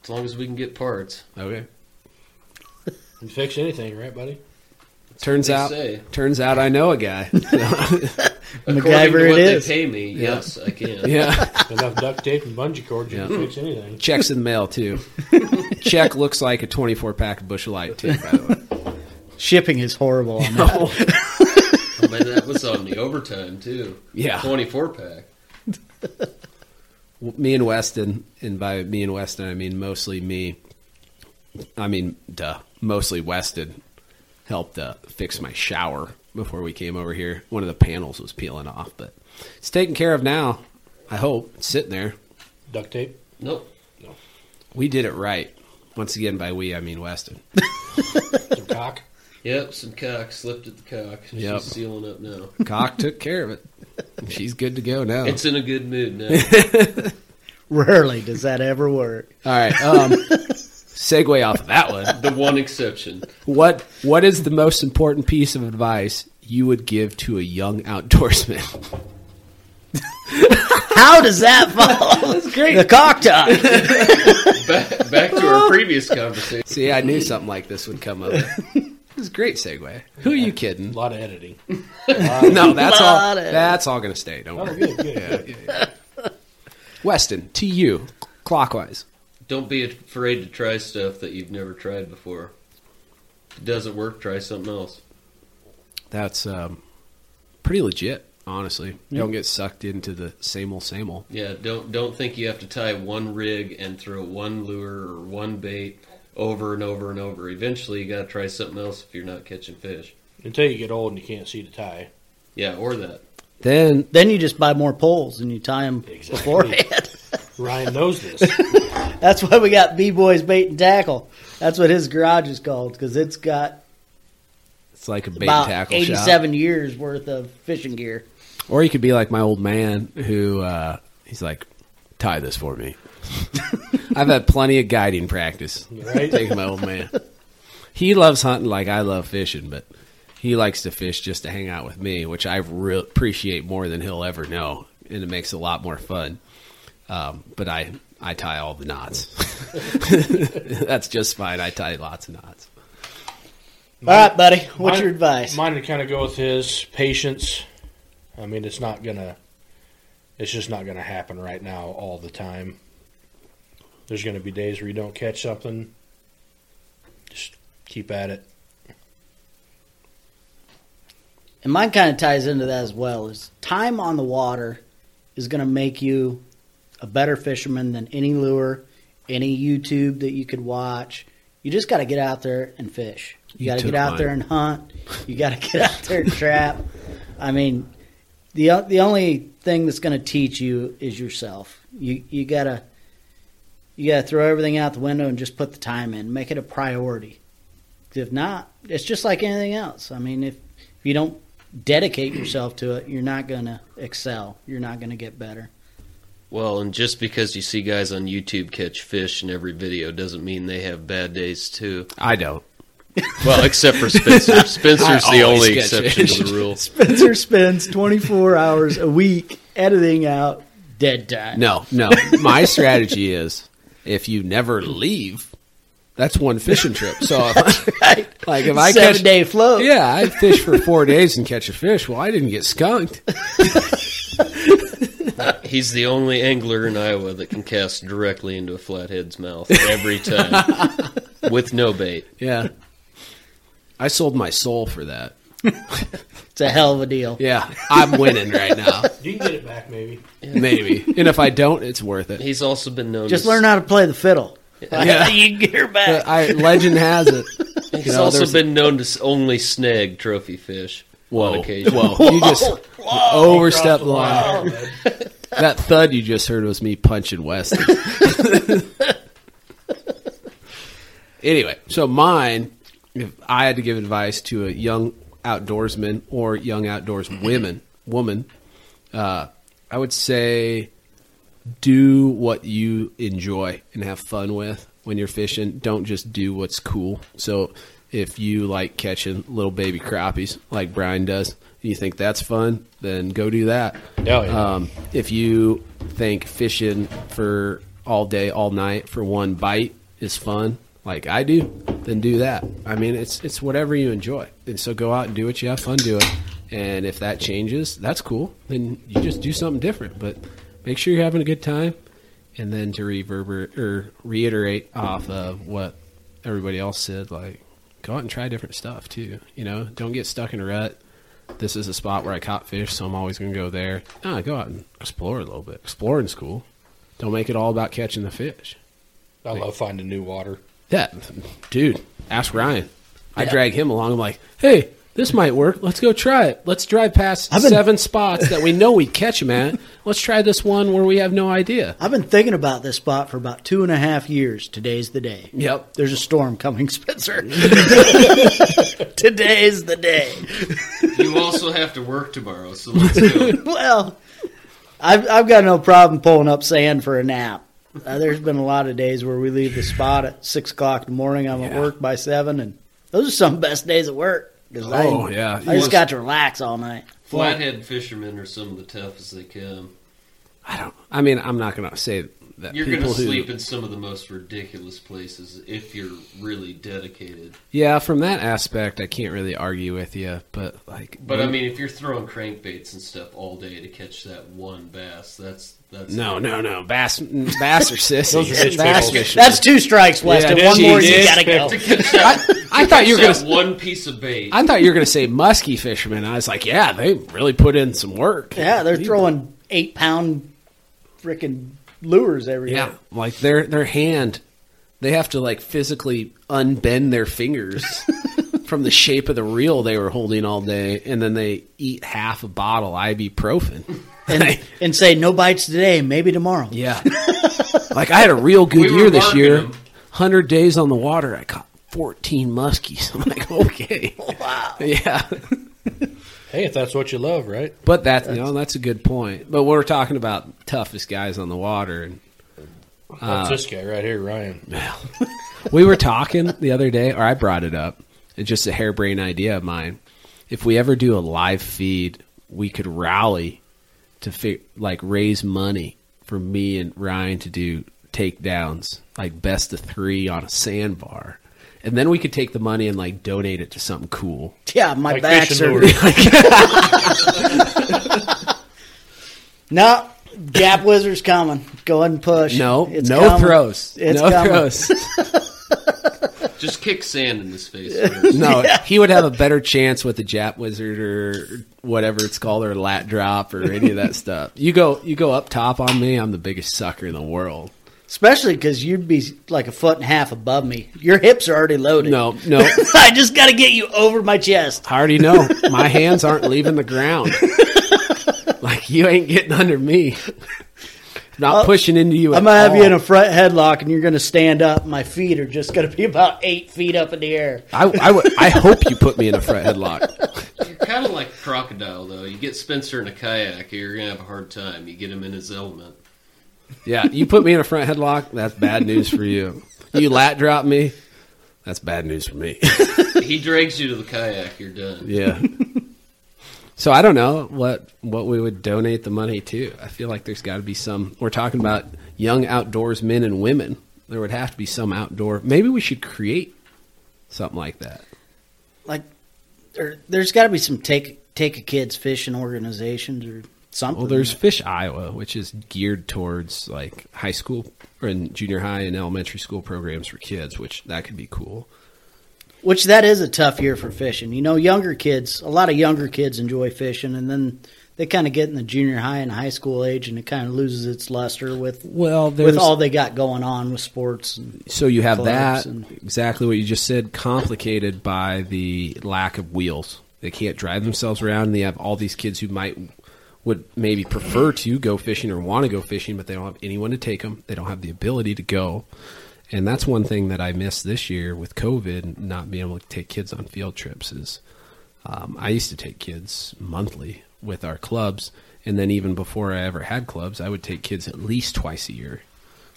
[SPEAKER 2] As long as we can get parts.
[SPEAKER 1] Okay.
[SPEAKER 5] You fix anything, right, buddy?
[SPEAKER 1] Turns
[SPEAKER 2] They
[SPEAKER 1] out,
[SPEAKER 2] say.
[SPEAKER 1] turns out, I know a guy.
[SPEAKER 2] According to
[SPEAKER 3] MacGyver
[SPEAKER 2] what
[SPEAKER 3] it
[SPEAKER 2] they
[SPEAKER 3] is.
[SPEAKER 2] pay me, yes, I can.
[SPEAKER 1] yeah,
[SPEAKER 5] Enough duct tape and bungee cords, you
[SPEAKER 1] Yeah.
[SPEAKER 5] can fix anything.
[SPEAKER 1] checks in the mail too. Check looks like a twenty-four pack of Bush Light too. By the way,
[SPEAKER 3] Shipping is horrible. On that.
[SPEAKER 2] But that was on the overtime too.
[SPEAKER 1] Yeah.
[SPEAKER 2] Twenty four pack.
[SPEAKER 1] me and Weston, and by me and Weston, I mean mostly me. I mean, duh, mostly Weston helped uh, fix my shower before we came over here. One of the panels was peeling off, but it's taken care of now. I hope it's sitting there.
[SPEAKER 5] Duct tape.
[SPEAKER 2] Nope.
[SPEAKER 1] We did it right. Once again, by we I mean Weston.
[SPEAKER 5] Some cock.
[SPEAKER 2] Yep, some cock slipped at the cock.
[SPEAKER 1] Yep.
[SPEAKER 2] She's sealing up now.
[SPEAKER 1] Cock took care of it. She's good to go now.
[SPEAKER 2] It's in a good mood now.
[SPEAKER 3] Rarely does that ever work.
[SPEAKER 1] All right. Um, segue off of that one.
[SPEAKER 2] the one exception.
[SPEAKER 1] What What is the most important piece of advice you would give to a young outdoorsman?
[SPEAKER 3] How does that follow? That's great. The cocktail.
[SPEAKER 2] Back, back to our previous conversation.
[SPEAKER 1] See, I knew something like this would come up. It's a great segue. Who are you kidding?
[SPEAKER 5] A lot of editing.
[SPEAKER 1] No, that's all.
[SPEAKER 3] Lot of-
[SPEAKER 1] That's all going to stay. Don't
[SPEAKER 5] Oh,
[SPEAKER 1] worry.
[SPEAKER 5] good, good. good.
[SPEAKER 3] Oh.
[SPEAKER 1] Weston, to you, clockwise.
[SPEAKER 2] Don't be afraid to try stuff that you've never tried before. If it doesn't work, try something else.
[SPEAKER 1] That's um, pretty legit, honestly. Don't get sucked into the same old, same old.
[SPEAKER 2] Yeah, don't don't think you have to tie one rig and throw one lure or one bait over and over and over. Eventually, you got to try something else if you're not catching fish.
[SPEAKER 5] Until you get old and you can't see the tie.
[SPEAKER 2] Yeah, or that.
[SPEAKER 6] Then
[SPEAKER 3] Then you just buy more poles and you tie them
[SPEAKER 5] Exactly.
[SPEAKER 3] beforehand.
[SPEAKER 5] Ryan knows this.
[SPEAKER 3] That's why we got B Boys Bait and Tackle. That's what his garage is called because it's got
[SPEAKER 1] It's like a bait and
[SPEAKER 3] about
[SPEAKER 1] tackle shop.
[SPEAKER 3] eighty-seven years worth of fishing gear.
[SPEAKER 1] Or you could be like my old man who uh, he's like, tie this for me. I've had plenty of guiding practice.
[SPEAKER 5] Right?
[SPEAKER 1] Taking my old man. He loves hunting like I love fishing, but he likes to fish just to hang out with me, which I re- appreciate more than he'll ever know, and it makes it a lot more fun. Um, but I I tie all the knots. That's just fine. I tie lots of knots.
[SPEAKER 3] All right, buddy. What's
[SPEAKER 5] Mine-
[SPEAKER 3] your advice?
[SPEAKER 5] Mine would kind of go with his patience. I mean, it's not gonna. It's just not gonna happen right now all the time. There's gonna be days where you don't catch something. Just keep at it.
[SPEAKER 3] and mine kind of ties into that as well. Is time on the water is going to make you a better fisherman than any lure, any YouTube that you could watch. You just got to get out there and fish. You,
[SPEAKER 1] You
[SPEAKER 3] got to
[SPEAKER 1] took
[SPEAKER 3] get out
[SPEAKER 1] mine.
[SPEAKER 3] there and hunt. You got to get out there and trap. I mean, the o- the only thing that's going to teach you is yourself. You you got to you got to throw everything out the window and just put the time in. Make it a priority. If not, it's just like anything else. I mean, if if you don't dedicate yourself to it, you're not going to excel. You're not going to get better.
[SPEAKER 2] Well, and just because you see guys on YouTube catch fish in every video doesn't mean they have bad days too.
[SPEAKER 1] I don't.
[SPEAKER 2] Well, except for Spencer. Spencer's
[SPEAKER 1] I
[SPEAKER 2] the
[SPEAKER 1] always
[SPEAKER 2] only
[SPEAKER 1] get
[SPEAKER 2] exception to
[SPEAKER 1] fish.
[SPEAKER 2] the rule.
[SPEAKER 3] Spencer spends 24 hours a week editing out dead time.
[SPEAKER 1] No, no. My strategy is if you never leave, that's one fishing trip. So, like if I
[SPEAKER 3] Seven
[SPEAKER 1] catch,
[SPEAKER 3] day float.
[SPEAKER 1] yeah, I fish for four days and catch a fish. Well, I didn't get skunked.
[SPEAKER 2] He's the only angler in Iowa that can cast directly into a flathead's mouth every time with no bait.
[SPEAKER 1] Yeah, I sold my soul for that.
[SPEAKER 3] It's a hell of a deal.
[SPEAKER 1] Yeah, I'm winning right now.
[SPEAKER 4] You can get it back, maybe.
[SPEAKER 1] Maybe, and if I don't, it's worth it.
[SPEAKER 2] He's also been known
[SPEAKER 3] Just
[SPEAKER 2] to
[SPEAKER 3] learn how to play the fiddle.
[SPEAKER 1] Yeah.
[SPEAKER 3] you can get her
[SPEAKER 1] Uh,
[SPEAKER 3] back.
[SPEAKER 1] I legend has it.
[SPEAKER 2] He's also been known to s- only snag trophy fish on
[SPEAKER 1] whoa,
[SPEAKER 2] occasion.
[SPEAKER 1] whoa. You just overstep
[SPEAKER 4] Cross the
[SPEAKER 1] line.
[SPEAKER 3] Oh.
[SPEAKER 4] line, man.
[SPEAKER 1] That thud you just heard was me punching Weston. anyway, so mine, if I had to give advice to a young outdoorsman or young outdoors women, woman, uh, I would say do what you enjoy and have fun with when you're fishing. Don't just do what's cool. So if you like catching little baby crappies like Brian does, and you think that's fun, then go do that.
[SPEAKER 5] Oh, yeah.
[SPEAKER 1] Um, if you think fishing for all day, all night for one bite is fun, like I do, then do that. I mean, it's it's whatever you enjoy, and so go out and do it. You have fun, do it. And if that changes, that's cool. Then you just do something different. But make sure you're having a good time. And then to reverberate or reiterate off of what everybody else said, like go out and try different stuff too. You know, don't get stuck in a rut this is a spot where I caught fish, so I'm always going to go there. No, go out and explore a little bit. Exploring's cool. Don't make it all about catching the fish.
[SPEAKER 5] I love finding new water.
[SPEAKER 1] Yeah, dude, ask Ryan. I drag him along. I'm like, hey, this might work. Let's go try it. Let's drive past
[SPEAKER 3] I've been-
[SPEAKER 1] seven spots that we know we catch them at. Let's try this one where we have no idea.
[SPEAKER 3] I've been thinking about this spot for about two and a half years. Today's the day.
[SPEAKER 1] Yep.
[SPEAKER 3] There's a storm coming, Spencer. Today's the day.
[SPEAKER 2] You also have to work tomorrow, so let's go.
[SPEAKER 3] Well, I've I've got no problem pulling up sand for a nap. Uh, there's been a lot of days where we leave the spot at six o'clock in the morning. I'm at
[SPEAKER 1] Yeah.
[SPEAKER 3] work by seven, and those are some of the best days at work. 'cause I-
[SPEAKER 1] Oh, yeah.
[SPEAKER 3] I just got to relax all night.
[SPEAKER 2] Flathead fishermen are some of the toughest they come.
[SPEAKER 1] I don't. I mean, I'm not going to say that
[SPEAKER 2] You're going
[SPEAKER 1] people
[SPEAKER 2] to
[SPEAKER 1] who
[SPEAKER 2] sleep in some of the most ridiculous places if you're really dedicated.
[SPEAKER 1] yeah, from that aspect, I can't really argue with you. But like,
[SPEAKER 2] But um, I mean, if you're throwing crankbaits and stuff all day to catch that one bass, that's that's
[SPEAKER 1] No, no, no. Bass, bass or sissies.
[SPEAKER 5] Those are rich
[SPEAKER 1] Bass
[SPEAKER 5] people.
[SPEAKER 1] fishing.
[SPEAKER 3] That's two strikes, Weston.
[SPEAKER 1] Yeah,
[SPEAKER 3] One more,
[SPEAKER 1] geez.
[SPEAKER 3] you gotta go.
[SPEAKER 2] To catch that,
[SPEAKER 1] I thought you were
[SPEAKER 2] that
[SPEAKER 1] gonna.
[SPEAKER 2] one piece of bait.
[SPEAKER 1] I thought you were gonna say musky fishermen. I was like, yeah, they really put in some work.
[SPEAKER 3] Yeah, they're throwing eight pound freaking lures every day.
[SPEAKER 1] Yeah, like their their hand, they have to like physically unbend their fingers from the shape of the reel they were holding all day, and then they eat half a bottle ibuprofen.
[SPEAKER 3] and, and say no bites today, maybe tomorrow.
[SPEAKER 1] Yeah. like I had a real good
[SPEAKER 2] We were
[SPEAKER 1] year this
[SPEAKER 2] marking
[SPEAKER 1] year.
[SPEAKER 2] them.
[SPEAKER 1] 100 days on the water, I caught 14 muskies. I'm like, okay. wow. Yeah.
[SPEAKER 5] Hey, if that's what you love, right?
[SPEAKER 1] But that, you know, that's a good point. But we're talking about toughest guys on the water. And
[SPEAKER 3] Uh,
[SPEAKER 5] That's this guy right here, Ryan.
[SPEAKER 1] we were talking the other day, or I brought it up. It's just a harebrained idea of mine. If we ever do a live feed, we could rally to fi- like raise money for me and Ryan to do takedowns, like best of three on a sandbar, and then we could take the money and like donate it to something cool.
[SPEAKER 3] Yeah, my
[SPEAKER 5] Like
[SPEAKER 3] back's
[SPEAKER 5] fishing
[SPEAKER 3] are
[SPEAKER 5] lures.
[SPEAKER 3] no. Gap Wizard's coming. Go ahead and push.
[SPEAKER 1] No,
[SPEAKER 3] It's
[SPEAKER 1] no
[SPEAKER 3] coming.
[SPEAKER 1] throws,
[SPEAKER 3] It's
[SPEAKER 1] no
[SPEAKER 3] coming.
[SPEAKER 1] throws.
[SPEAKER 2] Just kick sand in his face.
[SPEAKER 1] No, he would have a better chance with the Jap Wizard or whatever it's called, or lat drop, or any of that stuff. You go, you go up top on me. I'm the biggest sucker in the world.
[SPEAKER 3] Especially because you'd be like a foot and a half above me. Your hips are already loaded.
[SPEAKER 1] No, no,
[SPEAKER 3] I just got to get you over my chest.
[SPEAKER 1] I already know my hands aren't leaving the ground. Like you ain't getting under me. I'm not pushing into you.
[SPEAKER 3] I'm
[SPEAKER 1] at
[SPEAKER 3] gonna have
[SPEAKER 1] all.
[SPEAKER 3] you in a front headlock, and you're gonna stand up. My feet are just gonna be about eight feet up in the air.
[SPEAKER 1] I, I would- I hope you put me in a front headlock.
[SPEAKER 2] You're kind of like a crocodile, though. You get Spencer in a kayak, you're gonna have a hard time. You get him in his element.
[SPEAKER 1] Yeah, you put me in a front headlock. That's bad news for you. You lat drop me. That's bad news for me.
[SPEAKER 2] He drags you to the kayak. You're done.
[SPEAKER 1] Yeah. so I don't know what what we would donate the money to. I feel like there's got to be some. We're talking about young outdoors men and women. There would have to be some outdoor. Maybe we should create something like that.
[SPEAKER 3] Like there, there's got to be some take take a kids fishing organizations or something.
[SPEAKER 1] Well, there's Fish Iowa, which is geared towards like high school or in junior high and elementary school programs for kids, which that could be cool.
[SPEAKER 3] which that is a tough year for fishing. You know, younger kids, a lot of younger kids enjoy fishing, and then they kind of get in the junior high and high school age, and it kind of loses its luster with
[SPEAKER 1] Well,
[SPEAKER 3] with all they got going on with sports. And,
[SPEAKER 1] So you have
[SPEAKER 3] Clubs
[SPEAKER 1] that
[SPEAKER 3] and-
[SPEAKER 1] exactly what you just said, complicated by the lack of wheels. They can't drive themselves around. And they have all these kids who might would maybe prefer to go fishing or want to go fishing, but they don't have anyone to take them. They don't have the ability to go, and that's one thing that I missed this year with COVID, and not being able to take kids on field trips. Is um, I used to take kids monthly with our clubs, and then even before I ever had clubs, I would take kids at least twice a year.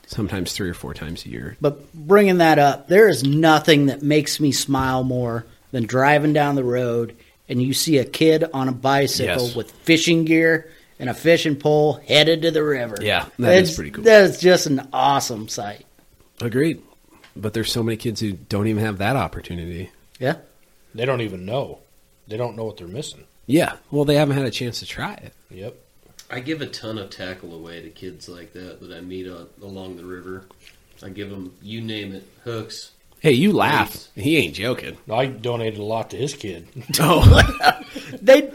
[SPEAKER 1] Sometimes three or four times a year
[SPEAKER 3] but bringing that up, there is nothing that makes me smile more than driving down the road and you see a kid on a bicycle
[SPEAKER 1] Yes.
[SPEAKER 3] with fishing gear and a fishing pole headed to the river.
[SPEAKER 1] Yeah, that is
[SPEAKER 3] It's-
[SPEAKER 1] pretty cool.
[SPEAKER 3] That is just an awesome sight.
[SPEAKER 1] Agreed. But there's so many kids who don't even have that opportunity.
[SPEAKER 3] Yeah.
[SPEAKER 5] They don't even know. They don't know what they're missing.
[SPEAKER 1] Yeah. Well, they haven't had a chance to try it.
[SPEAKER 5] Yep.
[SPEAKER 2] I give a ton of tackle away to kids like that that I meet on, along the river. I give them, you name it, hooks.
[SPEAKER 1] Hey, you laugh. He ain't joking.
[SPEAKER 5] No, I donated a lot to his kid.
[SPEAKER 3] they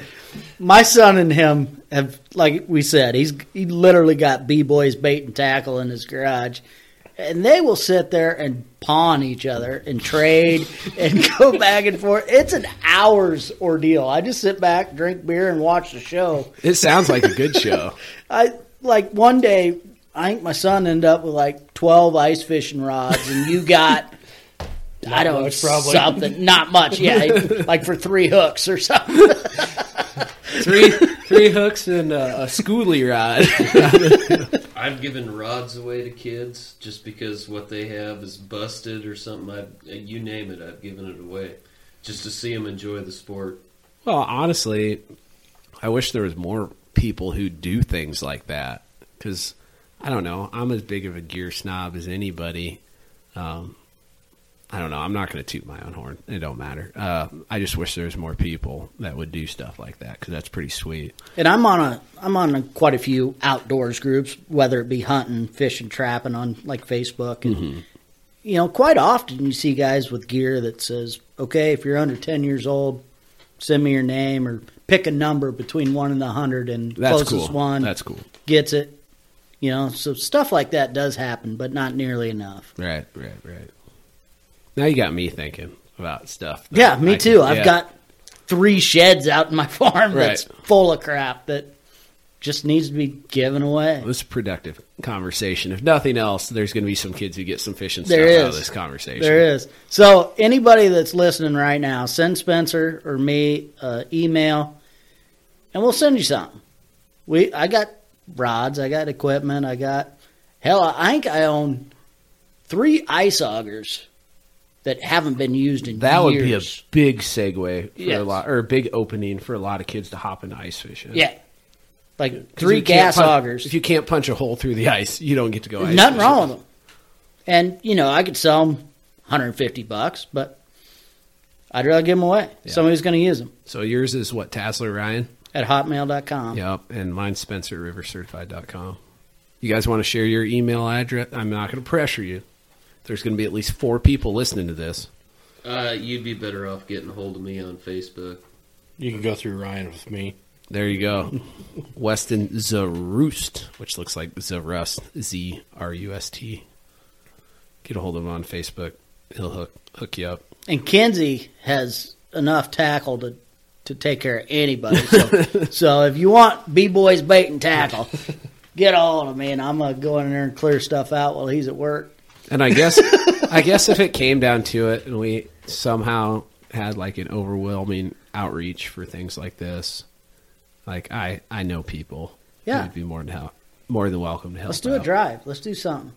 [SPEAKER 3] my son and him have like we said he's he literally got b-boys bait and tackle in his garage and they will sit there and pawn each other and trade and go back and forth it's an hour's ordeal i just sit back drink beer and watch the show
[SPEAKER 1] It sounds like a good show.
[SPEAKER 3] I like one day I think my son ended up with like twelve ice fishing rods, and you got I don't know
[SPEAKER 5] much, probably.
[SPEAKER 3] something, not much, yeah, like for three hooks or something.
[SPEAKER 1] three three hooks and a, a schoolie rod.
[SPEAKER 2] I've given rods away to kids just because what they have is busted or something. I, you name it, I've given it away just to see them enjoy the sport.
[SPEAKER 1] well, honestly, I wish there was more people who do things like that because I don't know. I'm as big of a gear snob as anybody. Um, I don't know. I'm not going to toot my own horn. It don't matter. Uh, I just wish there was more people that would do stuff like that because that's pretty sweet.
[SPEAKER 3] And I'm on a I'm on a, quite a few outdoors groups, whether it be hunting, fishing, trapping on like Facebook, and
[SPEAKER 1] Mm-hmm.
[SPEAKER 3] you know, quite often you see guys with gear that says, "Okay, if you're under ten years old, send me your name or pick a number between one and the hundred, and
[SPEAKER 1] That's
[SPEAKER 3] closest
[SPEAKER 1] cool.
[SPEAKER 3] one
[SPEAKER 1] That's cool.
[SPEAKER 3] gets it." You know, so stuff like that does happen, but not nearly enough.
[SPEAKER 1] Right, right, right. Now you got me thinking. about stuff. that
[SPEAKER 3] Yeah,
[SPEAKER 1] I
[SPEAKER 3] me
[SPEAKER 1] can-
[SPEAKER 3] too. I've
[SPEAKER 1] yeah.
[SPEAKER 3] got three sheds out in my farm
[SPEAKER 1] Right.
[SPEAKER 3] that's full of crap that just needs to be given away.
[SPEAKER 1] this is a productive conversation. If nothing else, there's going to be some kids who get some fishing stuff
[SPEAKER 3] There
[SPEAKER 1] out of
[SPEAKER 3] is.
[SPEAKER 1] this conversation.
[SPEAKER 3] There is. So anybody that's listening right now, send Spencer or me uh, email, and we'll send you something. We I got rods, I got equipment, I got hell. I think I own three ice augers that haven't been used in
[SPEAKER 1] That would be a
[SPEAKER 3] years.
[SPEAKER 1] big segue for
[SPEAKER 3] Yes.
[SPEAKER 1] a lot, or a big opening for a lot of kids to hop into ice fishing.
[SPEAKER 3] yeah, like
[SPEAKER 1] 'Cause
[SPEAKER 3] three
[SPEAKER 1] you can't
[SPEAKER 3] gas
[SPEAKER 1] punch-
[SPEAKER 3] augers.
[SPEAKER 1] If you can't punch a hole through the ice, you don't get to go ice.
[SPEAKER 3] Nothing
[SPEAKER 1] fishing.
[SPEAKER 3] wrong with them. And you know, I could sell them 150 bucks, but I'd rather give them away. Somebody's going to use them
[SPEAKER 1] So yours is what Tassler Ryan.
[SPEAKER 3] at hotmail.com.
[SPEAKER 1] Yep, and mine's SpencerRiverCertified.com. You guys want to share your email address? I'm not going to pressure you. There's going to be at least four people listening to this.
[SPEAKER 2] Uh, you'd be better off getting a hold of me on Facebook.
[SPEAKER 5] You can go through Ryan with me.
[SPEAKER 1] There you go. Weston Zaroost, which looks like Zarust, Z R U S T. Get a hold of him on Facebook. He'll hook hook you up.
[SPEAKER 3] And Kenzie has enough tackle to to take care of anybody. So, so if you want B boys bait and tackle, get all of me, and I'm going to go in there and clear stuff out while he's at work.
[SPEAKER 1] And I guess I guess if it came down to it and we somehow had like an overwhelming outreach for things like this, like I I know people. who
[SPEAKER 3] Yeah.
[SPEAKER 1] would be more than help, more than welcome to help.
[SPEAKER 3] Let's do a
[SPEAKER 1] out.
[SPEAKER 3] drive. Let's do something.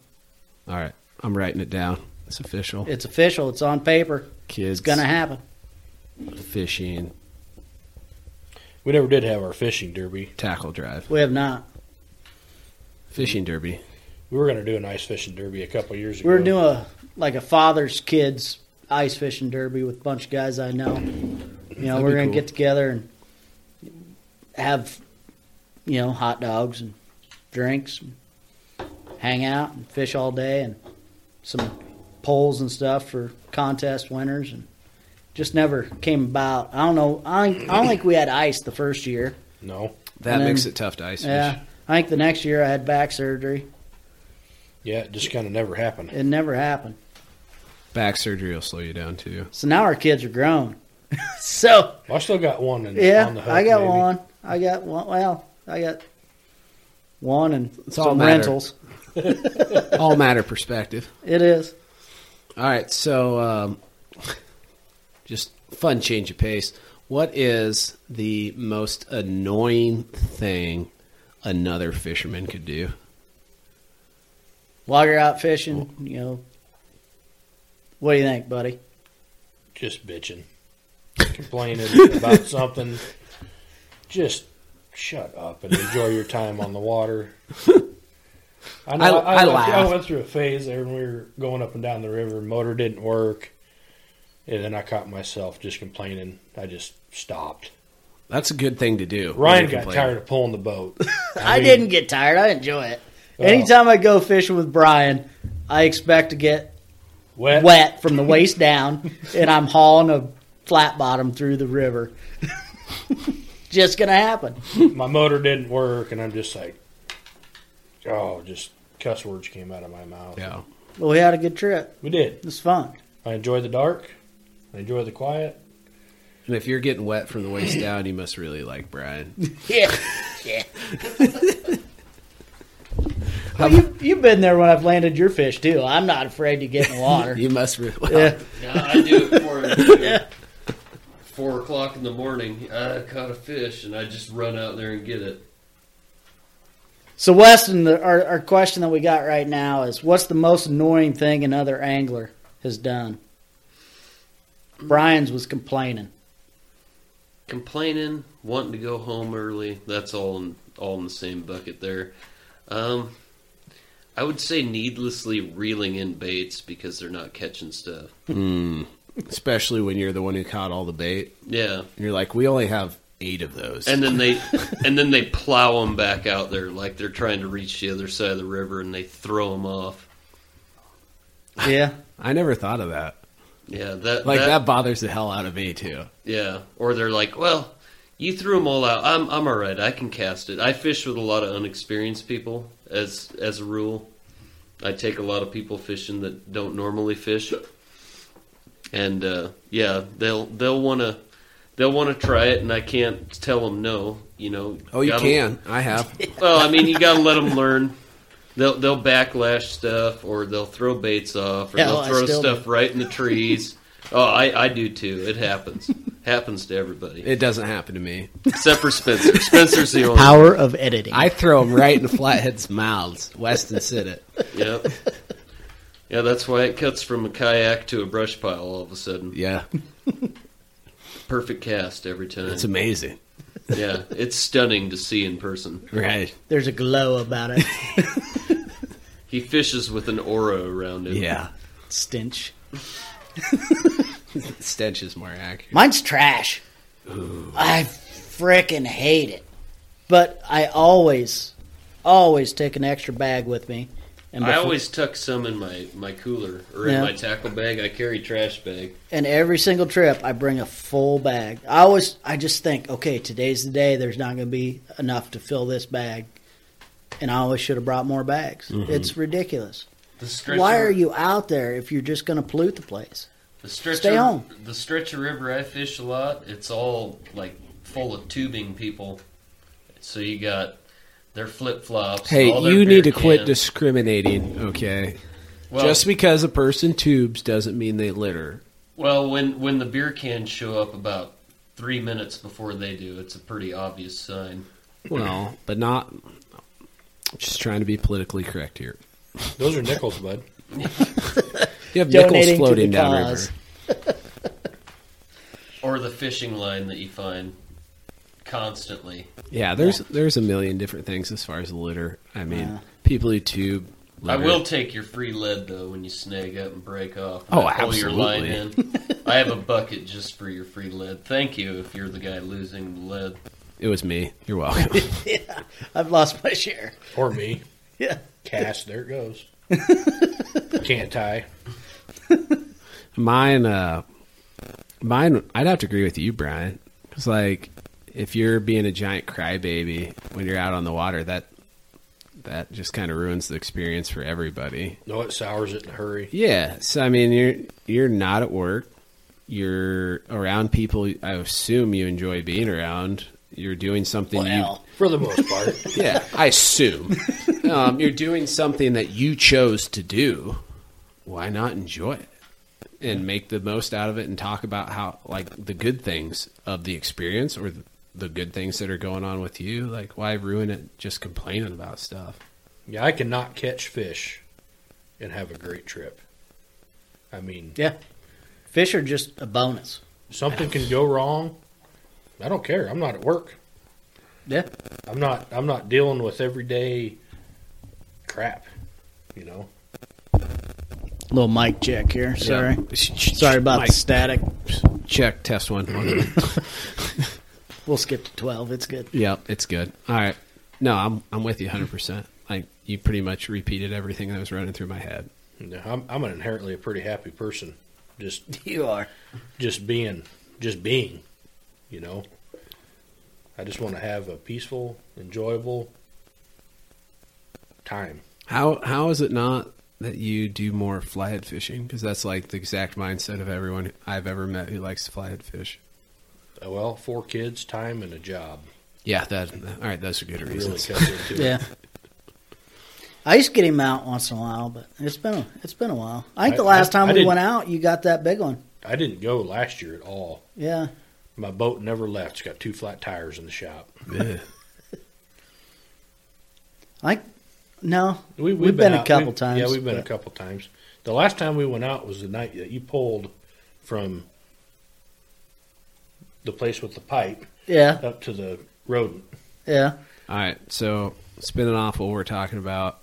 [SPEAKER 1] All right, I'm writing it down. It's official.
[SPEAKER 3] It's official. It's on paper.
[SPEAKER 1] Kids
[SPEAKER 3] It's going to happen.
[SPEAKER 1] fishing
[SPEAKER 5] We never did have our fishing derby.
[SPEAKER 1] tackle drive,
[SPEAKER 3] We have not.
[SPEAKER 1] fishing derby.
[SPEAKER 5] We were going to do an ice fishing derby a couple years ago.
[SPEAKER 3] We were doing a, like a father's kids ice fishing derby with a bunch of guys I know. You know,
[SPEAKER 1] That'd
[SPEAKER 3] we're
[SPEAKER 1] be
[SPEAKER 3] gonna
[SPEAKER 1] cool.
[SPEAKER 3] get together and have you know hot dogs and drinks, and hang out and fish all day, and some polls and stuff for contest winners, and just never came about. I don't know. I don't- I don't think we had ice the first year.
[SPEAKER 5] No.
[SPEAKER 1] That
[SPEAKER 3] And then-
[SPEAKER 1] makes it tough to ice
[SPEAKER 3] Yeah,
[SPEAKER 1] fish.
[SPEAKER 3] I think the next year I had back surgery.
[SPEAKER 5] Yeah, it just kind of never happened.
[SPEAKER 3] It never happened.
[SPEAKER 1] Back surgery will slow you down too.
[SPEAKER 3] So now our kids are grown. so
[SPEAKER 5] Well, I still got one in,
[SPEAKER 3] yeah,
[SPEAKER 5] on the hook.
[SPEAKER 3] I got
[SPEAKER 5] maybe.
[SPEAKER 3] one. I got one. Well, I got one and
[SPEAKER 1] It's all
[SPEAKER 3] some
[SPEAKER 1] matter.
[SPEAKER 3] rentals.
[SPEAKER 1] All matter perspective.
[SPEAKER 3] It is.
[SPEAKER 1] All right, so um, just fun change of pace. What is the most annoying thing another fisherman could do?
[SPEAKER 3] While you're out fishing, you know. What do you think, buddy?
[SPEAKER 5] Just bitching. Complaining about something. Just shut up and enjoy your time on the water. I, know,
[SPEAKER 1] I-
[SPEAKER 5] I,
[SPEAKER 1] I
[SPEAKER 5] went,
[SPEAKER 1] laugh.
[SPEAKER 5] I went through a phase there when we were going up and down the river. Motor didn't work. And then I caught myself just complaining. I just stopped.
[SPEAKER 1] That's a good thing to do.
[SPEAKER 5] Ryan got tired of pulling the boat.
[SPEAKER 3] I,
[SPEAKER 5] mean-
[SPEAKER 3] didn't get tired. I enjoy it.
[SPEAKER 5] Oh.
[SPEAKER 3] Anytime I go fishing with Brian, I expect to get wet from the waist down, and I'm hauling a flat bottom through the river. Just gonna happen.
[SPEAKER 5] my motor didn't work, and I'm just like, oh, just cuss words came out of my mouth.
[SPEAKER 1] Yeah.
[SPEAKER 3] But we had a good trip.
[SPEAKER 5] We did.
[SPEAKER 3] It was fun.
[SPEAKER 5] I enjoy the dark. I enjoy the quiet.
[SPEAKER 1] And if you're getting wet from the waist down, you must really like Brian.
[SPEAKER 3] Yeah. Yeah. well, you, you've been there when I've landed your fish, too. I'm not afraid to get in the water.
[SPEAKER 1] You must really.
[SPEAKER 3] yeah.
[SPEAKER 2] No, I do it for him too. Four o'clock in the morning, I caught a fish and I just run out there and get it.
[SPEAKER 3] So, Weston, the, our, our question that we got right now is what's the most annoying thing another angler has done? Brian's was complaining.
[SPEAKER 2] Complaining, wanting to go home early. That's all in, all in the same bucket there. Um, I would say needlessly reeling in baits because they're not catching stuff.
[SPEAKER 1] Hmm. Especially when you're the one who caught all the bait.
[SPEAKER 2] Yeah,
[SPEAKER 1] You're like, we only have eight of those.
[SPEAKER 2] and then they and then they plow them back out there like they're trying to reach the other side of the river and they throw them off.
[SPEAKER 3] Yeah.
[SPEAKER 1] I never thought of that.
[SPEAKER 2] Yeah, that
[SPEAKER 1] Like
[SPEAKER 2] that
[SPEAKER 1] that bothers the hell out of me too.
[SPEAKER 2] Yeah, or they're like, "Well, you threw them all out. I'm I'm all right. I can cast it. I fish with a lot of unexperienced people as as a rule. I take a lot of people fishing that don't normally fish, and uh, yeah, they'll they'll want to they'll want to try it, and I can't tell them no. You know.
[SPEAKER 1] Oh, you
[SPEAKER 2] Gotta-
[SPEAKER 1] can. I have.
[SPEAKER 2] Well, I mean, you got to let them learn. They'll they'll backlash stuff, or they'll throw baits off, or
[SPEAKER 3] Hell, I
[SPEAKER 2] they'll throw
[SPEAKER 3] still
[SPEAKER 2] stuff right in the trees. oh, I, I do too. It happens. happens to everybody
[SPEAKER 1] It doesn't happen to me.
[SPEAKER 2] except for Spencer. Spencer's the only.
[SPEAKER 3] Power of editing.
[SPEAKER 7] I throw them right in flatheads' mouths. Weston said it.
[SPEAKER 2] Yep. Yeah, that's why it cuts from a kayak to a brush pile all of a sudden.
[SPEAKER 7] Yeah,
[SPEAKER 2] Perfect cast every time.
[SPEAKER 7] it's amazing.
[SPEAKER 2] yeah, it's stunning to see in person.
[SPEAKER 7] Right?
[SPEAKER 3] There's a glow about it.
[SPEAKER 2] He fishes with an aura around him.
[SPEAKER 7] Yeah.
[SPEAKER 3] Stench.
[SPEAKER 7] Stench is more accurate.
[SPEAKER 3] Mine's trash. I frickin' hate it. But I always, always take an extra bag with me. And,
[SPEAKER 2] I
[SPEAKER 3] befo-
[SPEAKER 2] always tuck some in my, my cooler or
[SPEAKER 3] Yeah.
[SPEAKER 2] in my tackle bag. I carry trash bag.
[SPEAKER 3] and every single trip, I bring a full bag. I always, I just think, okay, today's the day. There's not going to be enough to fill this bag. And I always should have brought more bags.
[SPEAKER 1] Mm-hmm.
[SPEAKER 3] It's ridiculous.
[SPEAKER 2] The stretcher,
[SPEAKER 3] Why are you out there if you're just going to pollute the place?
[SPEAKER 2] The stretcher,
[SPEAKER 3] Stay home.
[SPEAKER 2] The stretch of river I fish a lot. It's all like full of tubing people. So you got their flip flops.
[SPEAKER 1] Hey, you need to quit discriminating, okay?
[SPEAKER 2] well,
[SPEAKER 1] Just because a person tubes doesn't mean they litter.
[SPEAKER 2] Well, when when the beer cans show up about three minutes before they do, it's a pretty obvious sign.
[SPEAKER 1] Well, but not. I'm just trying to be politically correct here.
[SPEAKER 5] Those are nickels, bud.
[SPEAKER 1] You have nickels
[SPEAKER 3] Donating to
[SPEAKER 1] floating
[SPEAKER 3] the
[SPEAKER 1] downriver.
[SPEAKER 3] cause.
[SPEAKER 2] Or the fishing line that you find constantly.
[SPEAKER 1] Yeah, there's there's a million different things as far as litter. I mean,
[SPEAKER 3] Yeah.
[SPEAKER 1] people who tube.
[SPEAKER 2] I
[SPEAKER 1] Litter.
[SPEAKER 2] will take your free lead though when you snag up and break off.
[SPEAKER 1] Oh,
[SPEAKER 2] I pull your line in. I have a bucket just for your free lead. Thank you if you're the guy losing the lead.
[SPEAKER 1] It was me. You're welcome.
[SPEAKER 3] yeah, I've lost my share.
[SPEAKER 5] Or me.
[SPEAKER 3] Yeah.
[SPEAKER 5] Cast, there it goes. Can't tie.
[SPEAKER 1] mine uh mine i'd have to agree with you brian it's like if you're being a giant crybaby when you're out on the water that that just kind of ruins the experience for everybody
[SPEAKER 5] No, it sours it in a hurry.
[SPEAKER 1] yeah so i mean you're you're not at work you're around people i assume you enjoy being around you're doing something
[SPEAKER 3] Well,
[SPEAKER 5] For the most part.
[SPEAKER 1] you yeah i assume um, you're doing something that you chose to do why not enjoy it and make the most out of it and talk about how like the good things of the experience or the, the good things that are going on with you like why ruin it just complaining about stuff
[SPEAKER 5] Yeah, I cannot catch fish and have a great trip. I mean,
[SPEAKER 3] yeah. Fish are just a bonus.
[SPEAKER 5] something can go wrong. I don't care. I'm not at work.
[SPEAKER 3] Yeah.
[SPEAKER 5] I'm not. I'm not dealing with everyday crap. You know.
[SPEAKER 3] Little mic check here. Sorry. Sorry about
[SPEAKER 1] Mike,
[SPEAKER 3] the static.
[SPEAKER 1] check test one
[SPEAKER 3] We'll skip to 12. It's good.
[SPEAKER 1] yep it's good all right no i'm i'm with you 100% like you pretty much repeated everything that was running through my head
[SPEAKER 5] No, I'm, I'm an inherently a pretty happy person. Just
[SPEAKER 3] You are.
[SPEAKER 5] just being just being. You know. I just want to have a peaceful, enjoyable time.
[SPEAKER 1] How how is it not that you do more flyhead fishing? Because that's like the exact mindset of everyone I've ever met who likes to flyhead fish.
[SPEAKER 5] Uh, Well, four kids, time, and a job
[SPEAKER 1] Yeah, that. All right, those are good
[SPEAKER 5] really
[SPEAKER 1] reasons.
[SPEAKER 5] comes into it.
[SPEAKER 3] Yeah. I used to get him out once in a while, but it's been a, it's been a while. I think the
[SPEAKER 5] I-
[SPEAKER 3] last
[SPEAKER 5] I-
[SPEAKER 3] time
[SPEAKER 5] I
[SPEAKER 3] we
[SPEAKER 5] didn't-
[SPEAKER 3] went out, you got that big one.
[SPEAKER 5] I didn't go last year at all.
[SPEAKER 3] Yeah.
[SPEAKER 5] My boat never left. It's got two flat tires in the shop.
[SPEAKER 1] Yeah.
[SPEAKER 3] I no.
[SPEAKER 5] We,
[SPEAKER 3] We've been a
[SPEAKER 5] out-
[SPEAKER 3] couple
[SPEAKER 5] we've-
[SPEAKER 3] times,
[SPEAKER 5] Yeah, we've been a
[SPEAKER 3] but-
[SPEAKER 5] couple times. The last time we went out was the night that you pulled from the place with the pipe
[SPEAKER 3] Yeah.
[SPEAKER 5] up to the rodent.
[SPEAKER 3] Yeah.
[SPEAKER 1] All right, so spinning off what we're talking about,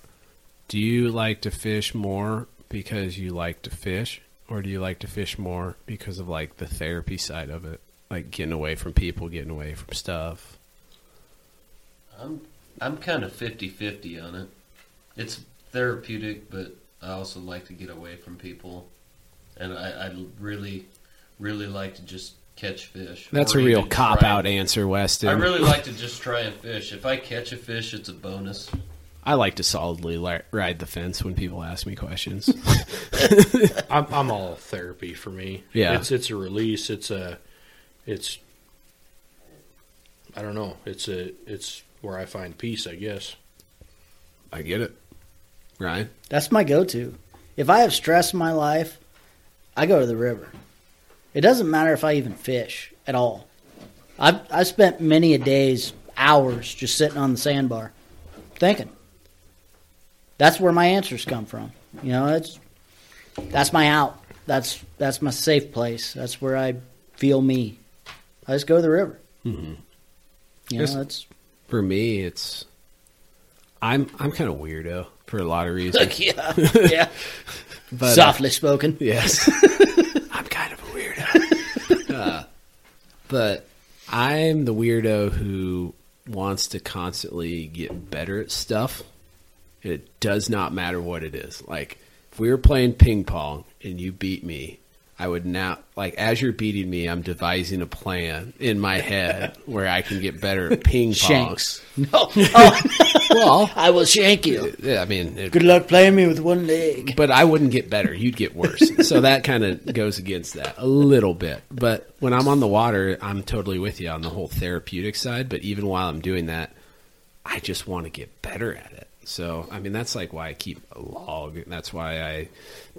[SPEAKER 1] do you like to fish more because you like to fish, or do you like to fish more because of like the therapy side of it, like getting away from people, getting away from stuff?
[SPEAKER 2] I'm I'm kind of 50-50 on it. It's therapeutic, but I also like to get away from people, and I, I really, really like to just catch fish.
[SPEAKER 1] That's
[SPEAKER 2] or
[SPEAKER 1] a real
[SPEAKER 2] even try
[SPEAKER 1] cop out
[SPEAKER 2] and-
[SPEAKER 1] answer,
[SPEAKER 2] I
[SPEAKER 1] Weston.
[SPEAKER 2] really like to just try and fish. If I catch a fish, it's a bonus.
[SPEAKER 1] I like to solidly li- ride the fence when people ask me questions.
[SPEAKER 5] I'm, I'm all therapy for me.
[SPEAKER 1] Yeah.
[SPEAKER 5] it's it's a release. It's a, it's. I don't know. It's a it's where I find peace. I guess.
[SPEAKER 1] I get it, Ryan.
[SPEAKER 3] That's my go to. If I have stress in my life, I go to the river. It doesn't matter if I even fish at all. I've, I've spent many a days, hours, just sitting on the sandbar thinking. That's where my answers come from. You know, that's that's my out. That's that's my safe place. That's where I feel me. I just go to the river. Mm-hmm. You know,
[SPEAKER 1] Yes.
[SPEAKER 3] that's
[SPEAKER 1] For me, it's I'm I'm kind of weirdo for a lot of reasons.
[SPEAKER 3] yeah, yeah.
[SPEAKER 1] But, uh,
[SPEAKER 3] Softly spoken.
[SPEAKER 1] Yes. I'm kind of a weirdo. uh, but I'm the weirdo who wants to constantly get better at stuff. It does not matter what it is. Like, if we were playing ping pong and you beat me, I would now, like, as you're beating me, I'm devising a plan in my head where I can get better at ping pong.
[SPEAKER 3] Shanks. No. Oh,
[SPEAKER 1] Well,
[SPEAKER 3] I will shank you.
[SPEAKER 1] yeah, I mean, it,
[SPEAKER 3] Good luck playing me with one leg.
[SPEAKER 1] but I wouldn't get better. You'd get worse. so that kind of goes against that a little bit. But when I'm on the water, I'm totally with you on the whole therapeutic side. But even while I'm doing that, I just want to get better at it. So, I mean, that's like why I keep a log. That's why I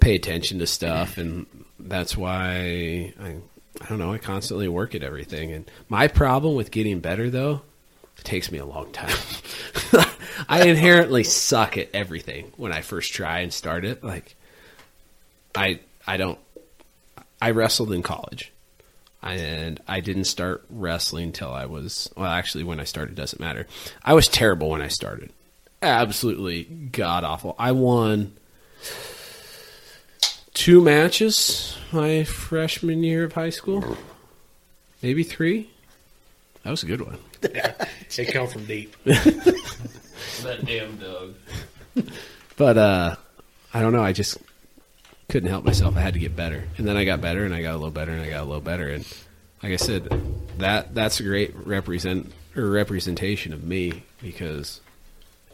[SPEAKER 1] pay attention to stuff. And that's why I, I don't know, I constantly work at everything. And my problem with getting better, though, it takes me a long time. I inherently suck at everything when I first try and start it. Like, I I don't. I wrestled in college, and I didn't start wrestling till I was well. Actually, when I started doesn't matter. I was terrible when I started. Absolutely god awful. I won two matches my freshman year of high school, maybe three. That was a good one.
[SPEAKER 5] They come from deep.
[SPEAKER 2] That damn dog.
[SPEAKER 1] But uh, I don't know. I just couldn't help myself. I had to get better, and then I got better, and I got a little better, and I got a little better. And like I said, that that's a great represent or representation of me because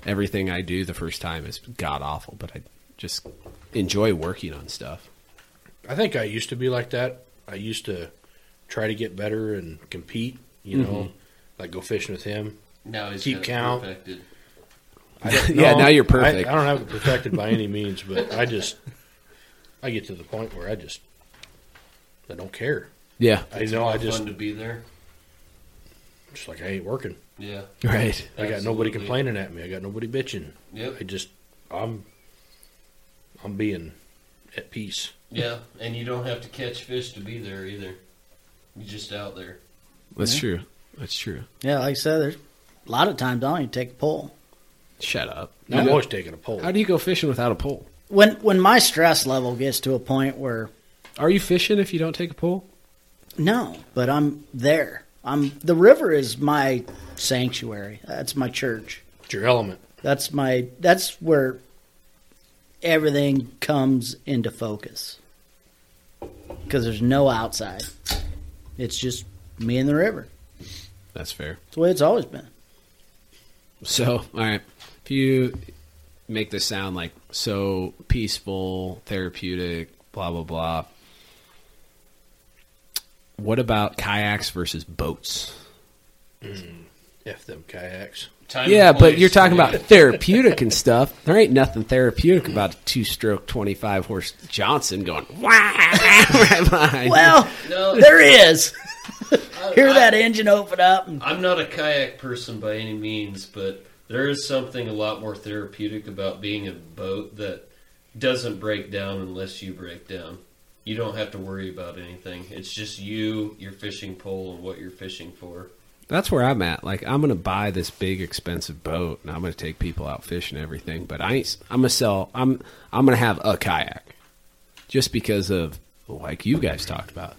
[SPEAKER 1] everything I do the first time is god awful, but I just enjoy working on stuff.
[SPEAKER 5] I think I used to be like that. I used to try to get better and compete. You know,
[SPEAKER 1] Mm-hmm.
[SPEAKER 5] like go fishing with him.
[SPEAKER 2] Now he's
[SPEAKER 5] Keep
[SPEAKER 2] got it
[SPEAKER 5] count.
[SPEAKER 2] perfected.
[SPEAKER 1] yeah,
[SPEAKER 5] No,
[SPEAKER 1] now you're
[SPEAKER 5] I-
[SPEAKER 1] perfect.
[SPEAKER 5] I, don't have it perfected by any means, but I just I get to the point where I just I don't care.
[SPEAKER 1] yeah,
[SPEAKER 5] I know I
[SPEAKER 2] Fun
[SPEAKER 5] just
[SPEAKER 2] to be there.
[SPEAKER 5] just like I ain't working.
[SPEAKER 2] Yeah.
[SPEAKER 1] right.
[SPEAKER 5] I got
[SPEAKER 2] Absolutely.
[SPEAKER 5] nobody complaining at me. I got nobody bitching. I
[SPEAKER 2] Yep.
[SPEAKER 5] just I'm I'm being at peace.
[SPEAKER 2] Yeah, and you don't have to catch fish to be there either. You're just out there.
[SPEAKER 1] That's true. That's true.
[SPEAKER 3] Yeah, like I said, there's a lot of times I don't even take a pole.
[SPEAKER 1] Shut up.
[SPEAKER 5] I'm always taking a poll.
[SPEAKER 1] How do you go fishing without a pole?
[SPEAKER 3] When when my stress level gets to a point where
[SPEAKER 1] Are you fishing if you don't take a pole?
[SPEAKER 3] no, but I'm there. I'm the river is my sanctuary. That's my church.
[SPEAKER 5] It's your element.
[SPEAKER 3] That's my that's where everything comes into focus. Cuz there's no outside. It's just me and the river.
[SPEAKER 1] That's fair.
[SPEAKER 3] It's the way it's always been.
[SPEAKER 1] So, all right. If you make this sound like so peaceful, therapeutic, blah, blah, blah. What about kayaks versus boats?
[SPEAKER 5] F them kayaks.
[SPEAKER 2] Time
[SPEAKER 1] Yeah,
[SPEAKER 2] and
[SPEAKER 1] but you're
[SPEAKER 2] place,
[SPEAKER 1] talking
[SPEAKER 2] man.
[SPEAKER 1] about therapeutic and stuff. There ain't nothing therapeutic about a two stroke, 25 horse Johnson going, wow, right behind you.
[SPEAKER 3] Well,
[SPEAKER 2] No.
[SPEAKER 3] there is. Hear
[SPEAKER 2] I-
[SPEAKER 3] that engine open up and
[SPEAKER 2] I'm not a kayak person by any means, but there is something a lot more therapeutic about being a boat that doesn't break down unless you break down. You don't have to worry about anything. It's just you, your fishing pole, and what you're fishing for.
[SPEAKER 1] That's where I'm at. Like I'm gonna buy this big expensive boat and I'm gonna take people out fishing and everything, but I ain't, I'm gonna sell. I'm I'm gonna have a kayak, just because of like you guys talked about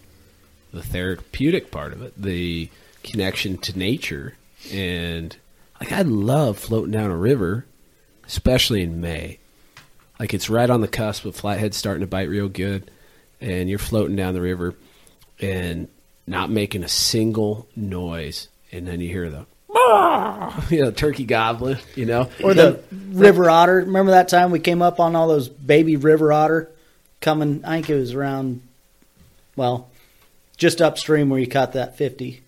[SPEAKER 1] the therapeutic part of it, the connection to nature, and like I love floating down a river, especially in May. Like it's right on the cusp of flathead starting to bite real good, and you're floating down the river and not making a single noise, and then you hear the "Ah!" you know, turkey goblin, you know,
[SPEAKER 3] Or the river otter. Remember that time we came up on all those baby river otter coming? I think it was around, well, just upstream where you caught that 50.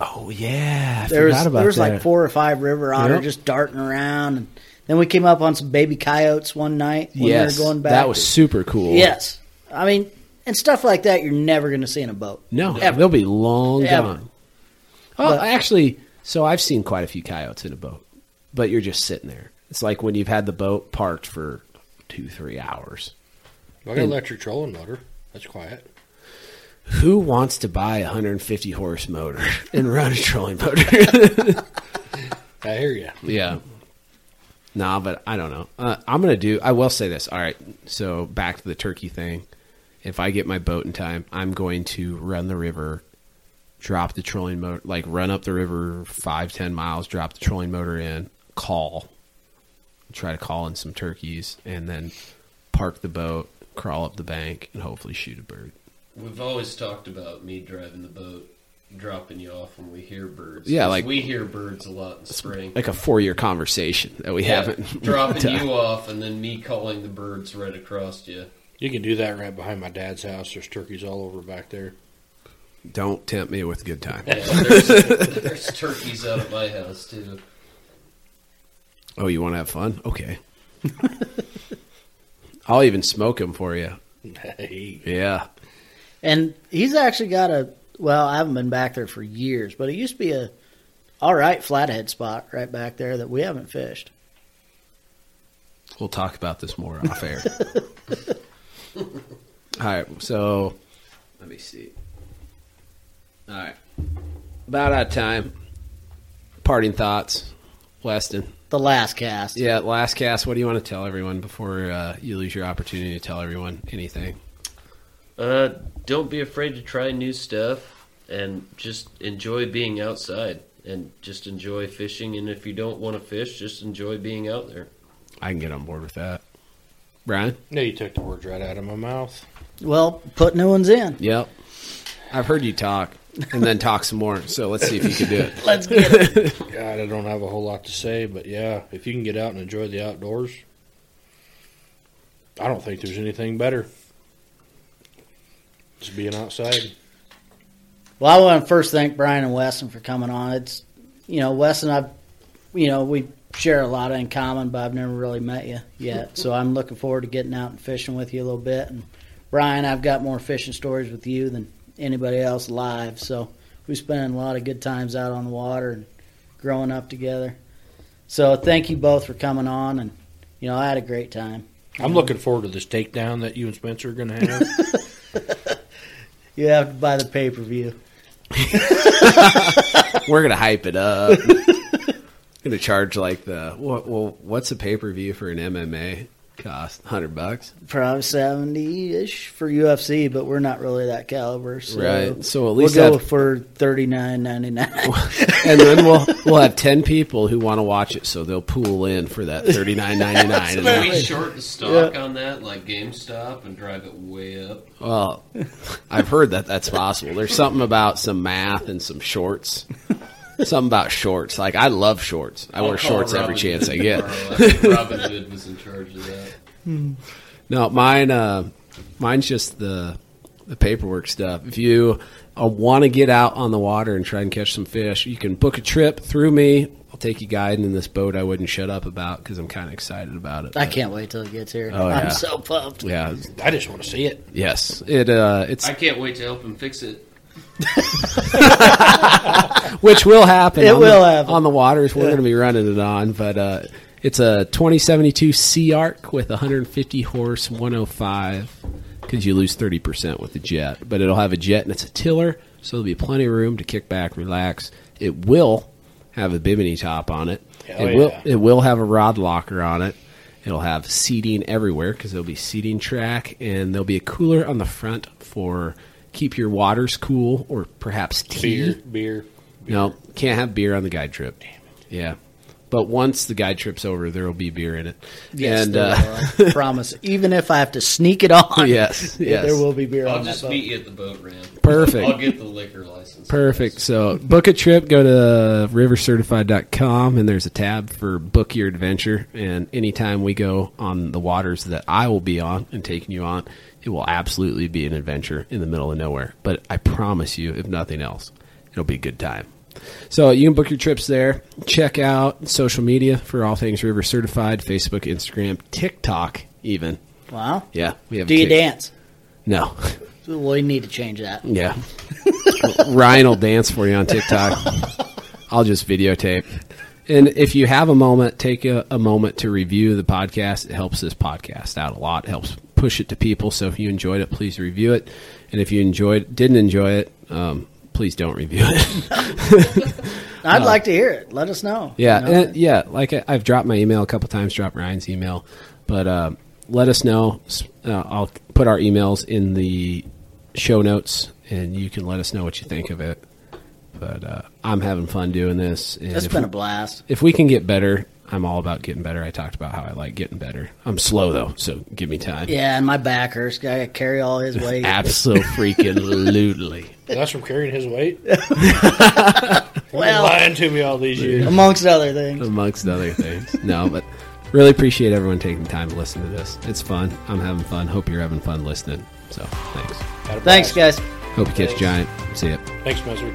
[SPEAKER 1] Oh yeah, I
[SPEAKER 3] There was,
[SPEAKER 1] forgot about
[SPEAKER 3] there was
[SPEAKER 1] that.
[SPEAKER 3] like four or five river otter
[SPEAKER 1] Yep.
[SPEAKER 3] just darting around. And then we came up on some baby coyotes one night when
[SPEAKER 1] yes,
[SPEAKER 3] we were going back.
[SPEAKER 1] that was super cool.
[SPEAKER 3] Yes. I mean, and stuff like that you're never going to see in a boat.
[SPEAKER 1] no,
[SPEAKER 3] Ever.
[SPEAKER 1] they'll be long
[SPEAKER 3] Ever.
[SPEAKER 1] gone. Oh,
[SPEAKER 3] But-
[SPEAKER 1] actually, so I've seen quite a few coyotes in a boat, but you're just sitting there. It's like when you've had the boat parked for two, three hours.
[SPEAKER 5] I got
[SPEAKER 1] Hmm.
[SPEAKER 5] electric trolling motor. That's quiet.
[SPEAKER 1] Who wants to buy a 150 horse motor and run a trolling motor?
[SPEAKER 5] I hear you.
[SPEAKER 1] Yeah. Nah, but I don't know. Uh, I'm gonna do. I will say this. All right. So back to the turkey thing. If I get my boat in time, I'm going to run the river, drop the trolling motor, like run up the river five ten miles, drop the trolling motor in, call, try to call in some turkeys, and then park the boat, crawl up the bank, and hopefully shoot a bird.
[SPEAKER 2] We've always talked about me driving the boat, dropping you off when we hear birds.
[SPEAKER 1] Yeah,
[SPEAKER 2] 'Cause
[SPEAKER 1] like-
[SPEAKER 2] we hear birds a lot in spring.
[SPEAKER 1] Like a four year conversation that we
[SPEAKER 2] Yeah,
[SPEAKER 1] haven't
[SPEAKER 2] dropping
[SPEAKER 1] done.
[SPEAKER 2] you off and then me calling the birds right across you.
[SPEAKER 5] You can do that right behind my dad's house. There's turkeys all over back there.
[SPEAKER 1] Don't tempt me with good time.
[SPEAKER 2] Yeah, there's, there's turkeys out at my house too.
[SPEAKER 1] Oh, you want to have fun? Okay. I'll even smoke them for you.
[SPEAKER 5] Hey,
[SPEAKER 1] Yeah.
[SPEAKER 3] And he's actually got a well, I haven't been back there for years, but it used to be a all right flathead spot right back there that we haven't fished.
[SPEAKER 1] We'll talk about this more off air. All right. So let me see. All right. About out of time. Parting thoughts, Weston.
[SPEAKER 3] The last cast.
[SPEAKER 1] Yeah. Last cast. What do you want to tell everyone before uh, you lose your opportunity to tell everyone anything?
[SPEAKER 2] Uh, don't be afraid to try new stuff and just enjoy being outside and just enjoy fishing. And if you don't want to fish, just enjoy being out there.
[SPEAKER 1] I can get on board with that. Brian.
[SPEAKER 5] no, you took the words right out of my mouth.
[SPEAKER 3] Well, put new ones in.
[SPEAKER 1] Yep. I've heard you talk and then talk some more. So let's see if you can do it.
[SPEAKER 3] Let's get it.
[SPEAKER 5] God, I don't have a whole lot to say, but yeah, if you can get out and enjoy the outdoors, I don't think there's anything better. Just being outside.
[SPEAKER 3] Well, I want to first thank Brian and Weston for coming on. It's you know, Weston, I've you know, we share a lot in common, but I've never really met you yet. so I'm looking forward to getting out and fishing with you a little bit. And Brian, I've got more fishing stories with you than anybody else live. So we spend a lot of good times out on the water and growing up together. So thank you both for coming on, and you know, I had a great time.
[SPEAKER 5] I'm looking forward to this takedown that you and Spencer are going to have.
[SPEAKER 3] You have to buy the pay per view.
[SPEAKER 1] We're gonna hype it up. gonna charge like the what? Well, what's a pay per view for an MMA cost? Hundred bucks,
[SPEAKER 3] Probably seventy ish for UFC, but we're not really that caliber. So
[SPEAKER 1] Right. So at least
[SPEAKER 3] we'll go
[SPEAKER 1] that-
[SPEAKER 3] for thirty nine ninety nine.
[SPEAKER 1] and then we'll we'll have ten people who want to watch it, so they'll pool in for that thirty nine ninety
[SPEAKER 2] Can we
[SPEAKER 1] nine.
[SPEAKER 2] short the stock on that, like GameStop, and drive it way up?
[SPEAKER 1] Well, I've heard that that's possible. There's something about some math and some shorts. Something about shorts. Like I love shorts. I wear
[SPEAKER 2] I'll call
[SPEAKER 1] shorts every
[SPEAKER 2] Robin
[SPEAKER 1] chance I
[SPEAKER 2] Hood
[SPEAKER 1] get.
[SPEAKER 2] tomorrow. I think Robin Hood was in charge of that.
[SPEAKER 1] No, mine. Uh, mine's just the the paperwork stuff. If you uh, want to get out on the water and try and catch some fish, you can book a trip through me. I'll take you guiding in this boat. I wouldn't shut up about because I'm kind of excited about it.
[SPEAKER 3] I
[SPEAKER 1] But,
[SPEAKER 3] can't wait till it gets here.
[SPEAKER 1] Oh, yeah.
[SPEAKER 3] I'm so pumped.
[SPEAKER 1] Yeah.
[SPEAKER 5] I just want to see it.
[SPEAKER 1] Yes. It. Uh, it's
[SPEAKER 2] I can't wait to help him fix it.
[SPEAKER 1] which will happen.
[SPEAKER 3] It
[SPEAKER 1] on
[SPEAKER 3] will
[SPEAKER 1] the,
[SPEAKER 3] happen.
[SPEAKER 1] on the waters. We're going to be running it on, but uh, it's a 2072 C Arc with 150 horse, 105. Because you lose 30 percent with the jet, but it'll have a jet and it's a tiller, so there'll be plenty of room to kick back, relax. It will have a bimini top on it.
[SPEAKER 5] Hell
[SPEAKER 1] it will.
[SPEAKER 5] yeah.
[SPEAKER 1] It will have a rod locker on it. It'll have seating everywhere because there'll be seating track, and there'll be a cooler on the front for keep your waters cool or perhaps tea.
[SPEAKER 5] Beer, beer.
[SPEAKER 1] No, can't have beer on the guide trip. Damn it. Yeah. But once the guide trip's over, there will be beer in it.
[SPEAKER 3] Yes,
[SPEAKER 1] and
[SPEAKER 3] there
[SPEAKER 1] uh,
[SPEAKER 3] will, I promise. Even if I have to sneak it on,
[SPEAKER 1] yes, yes,
[SPEAKER 3] there will be beer
[SPEAKER 2] I'll
[SPEAKER 3] on that
[SPEAKER 2] just
[SPEAKER 3] boat.
[SPEAKER 2] meet you at the boat ramp.
[SPEAKER 1] Perfect.
[SPEAKER 2] I'll get the liquor license.
[SPEAKER 1] Perfect. So book a trip, go to rivercertified.com, and there's a tab for book your adventure. And anytime we go on the waters that I will be on and taking you on, it will absolutely be an adventure in the middle of nowhere. But I promise you, if nothing else, it'll be a good time. So you can book your trips there. Check out social media for all things River Certified Facebook, Instagram, TikTok, even.
[SPEAKER 3] Wow.
[SPEAKER 1] Yeah. We have a
[SPEAKER 3] Do you
[SPEAKER 1] Tik-
[SPEAKER 3] dance?
[SPEAKER 1] No.
[SPEAKER 3] Well, you need to change that.
[SPEAKER 1] Yeah. Ryan will dance for you on TikTok. I'll just videotape. And if you have a moment, take a, a moment to review the podcast. It helps this podcast out a lot. It helps push it to people. So if you enjoyed it, please review it. And if you enjoyed, didn't enjoy it, um, please don't review it.
[SPEAKER 3] I'd like to hear it. Let us know.
[SPEAKER 1] yeah,
[SPEAKER 3] You know?
[SPEAKER 1] and- yeah. Like I, I've dropped my email a couple times. Dropped Ryan's email, but uh, let us know. S- Uh, I'll put our emails in the show notes, and you can let us know what you think of it. But uh, I'm having fun doing this. And
[SPEAKER 3] it's
[SPEAKER 1] if
[SPEAKER 3] been
[SPEAKER 1] we-
[SPEAKER 3] a blast.
[SPEAKER 1] if we can get better, I'm all about getting better. I talked about how I like getting better. I'm slow though, so give me time.
[SPEAKER 3] Yeah, and my backers got to carry all his weight.
[SPEAKER 1] Absolutely.
[SPEAKER 5] That's from carrying his weight.
[SPEAKER 3] well,
[SPEAKER 5] lying to me all these years.
[SPEAKER 3] amongst other things.
[SPEAKER 1] amongst other things. No, but really appreciate everyone taking the time to listen to this. It's fun. I'm having fun. Hope you're having fun listening. So thanks.
[SPEAKER 5] Had a
[SPEAKER 3] Thanks,
[SPEAKER 5] blast.
[SPEAKER 3] guys.
[SPEAKER 1] Hope you catch Giant. See ya.
[SPEAKER 5] Thanks, Messer.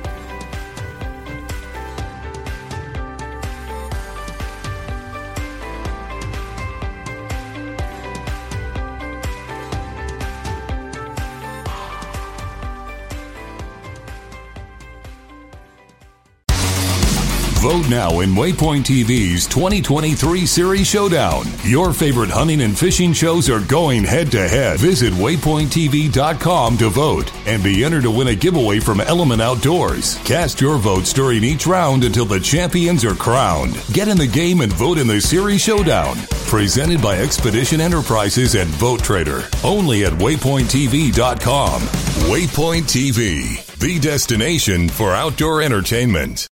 [SPEAKER 8] Vote now in Waypoint TV's 2023 Series Showdown. Your favorite hunting and fishing shows are going head to head. Visit waypointtv.com to vote and be entered to win a giveaway from Element Outdoors. Cast your votes during each round until the champions are crowned. Get in the game and vote in the Series Showdown. Presented by Expedition Enterprises and Vote Trader. Only at waypointtv.com. Waypoint TV, the destination for outdoor entertainment.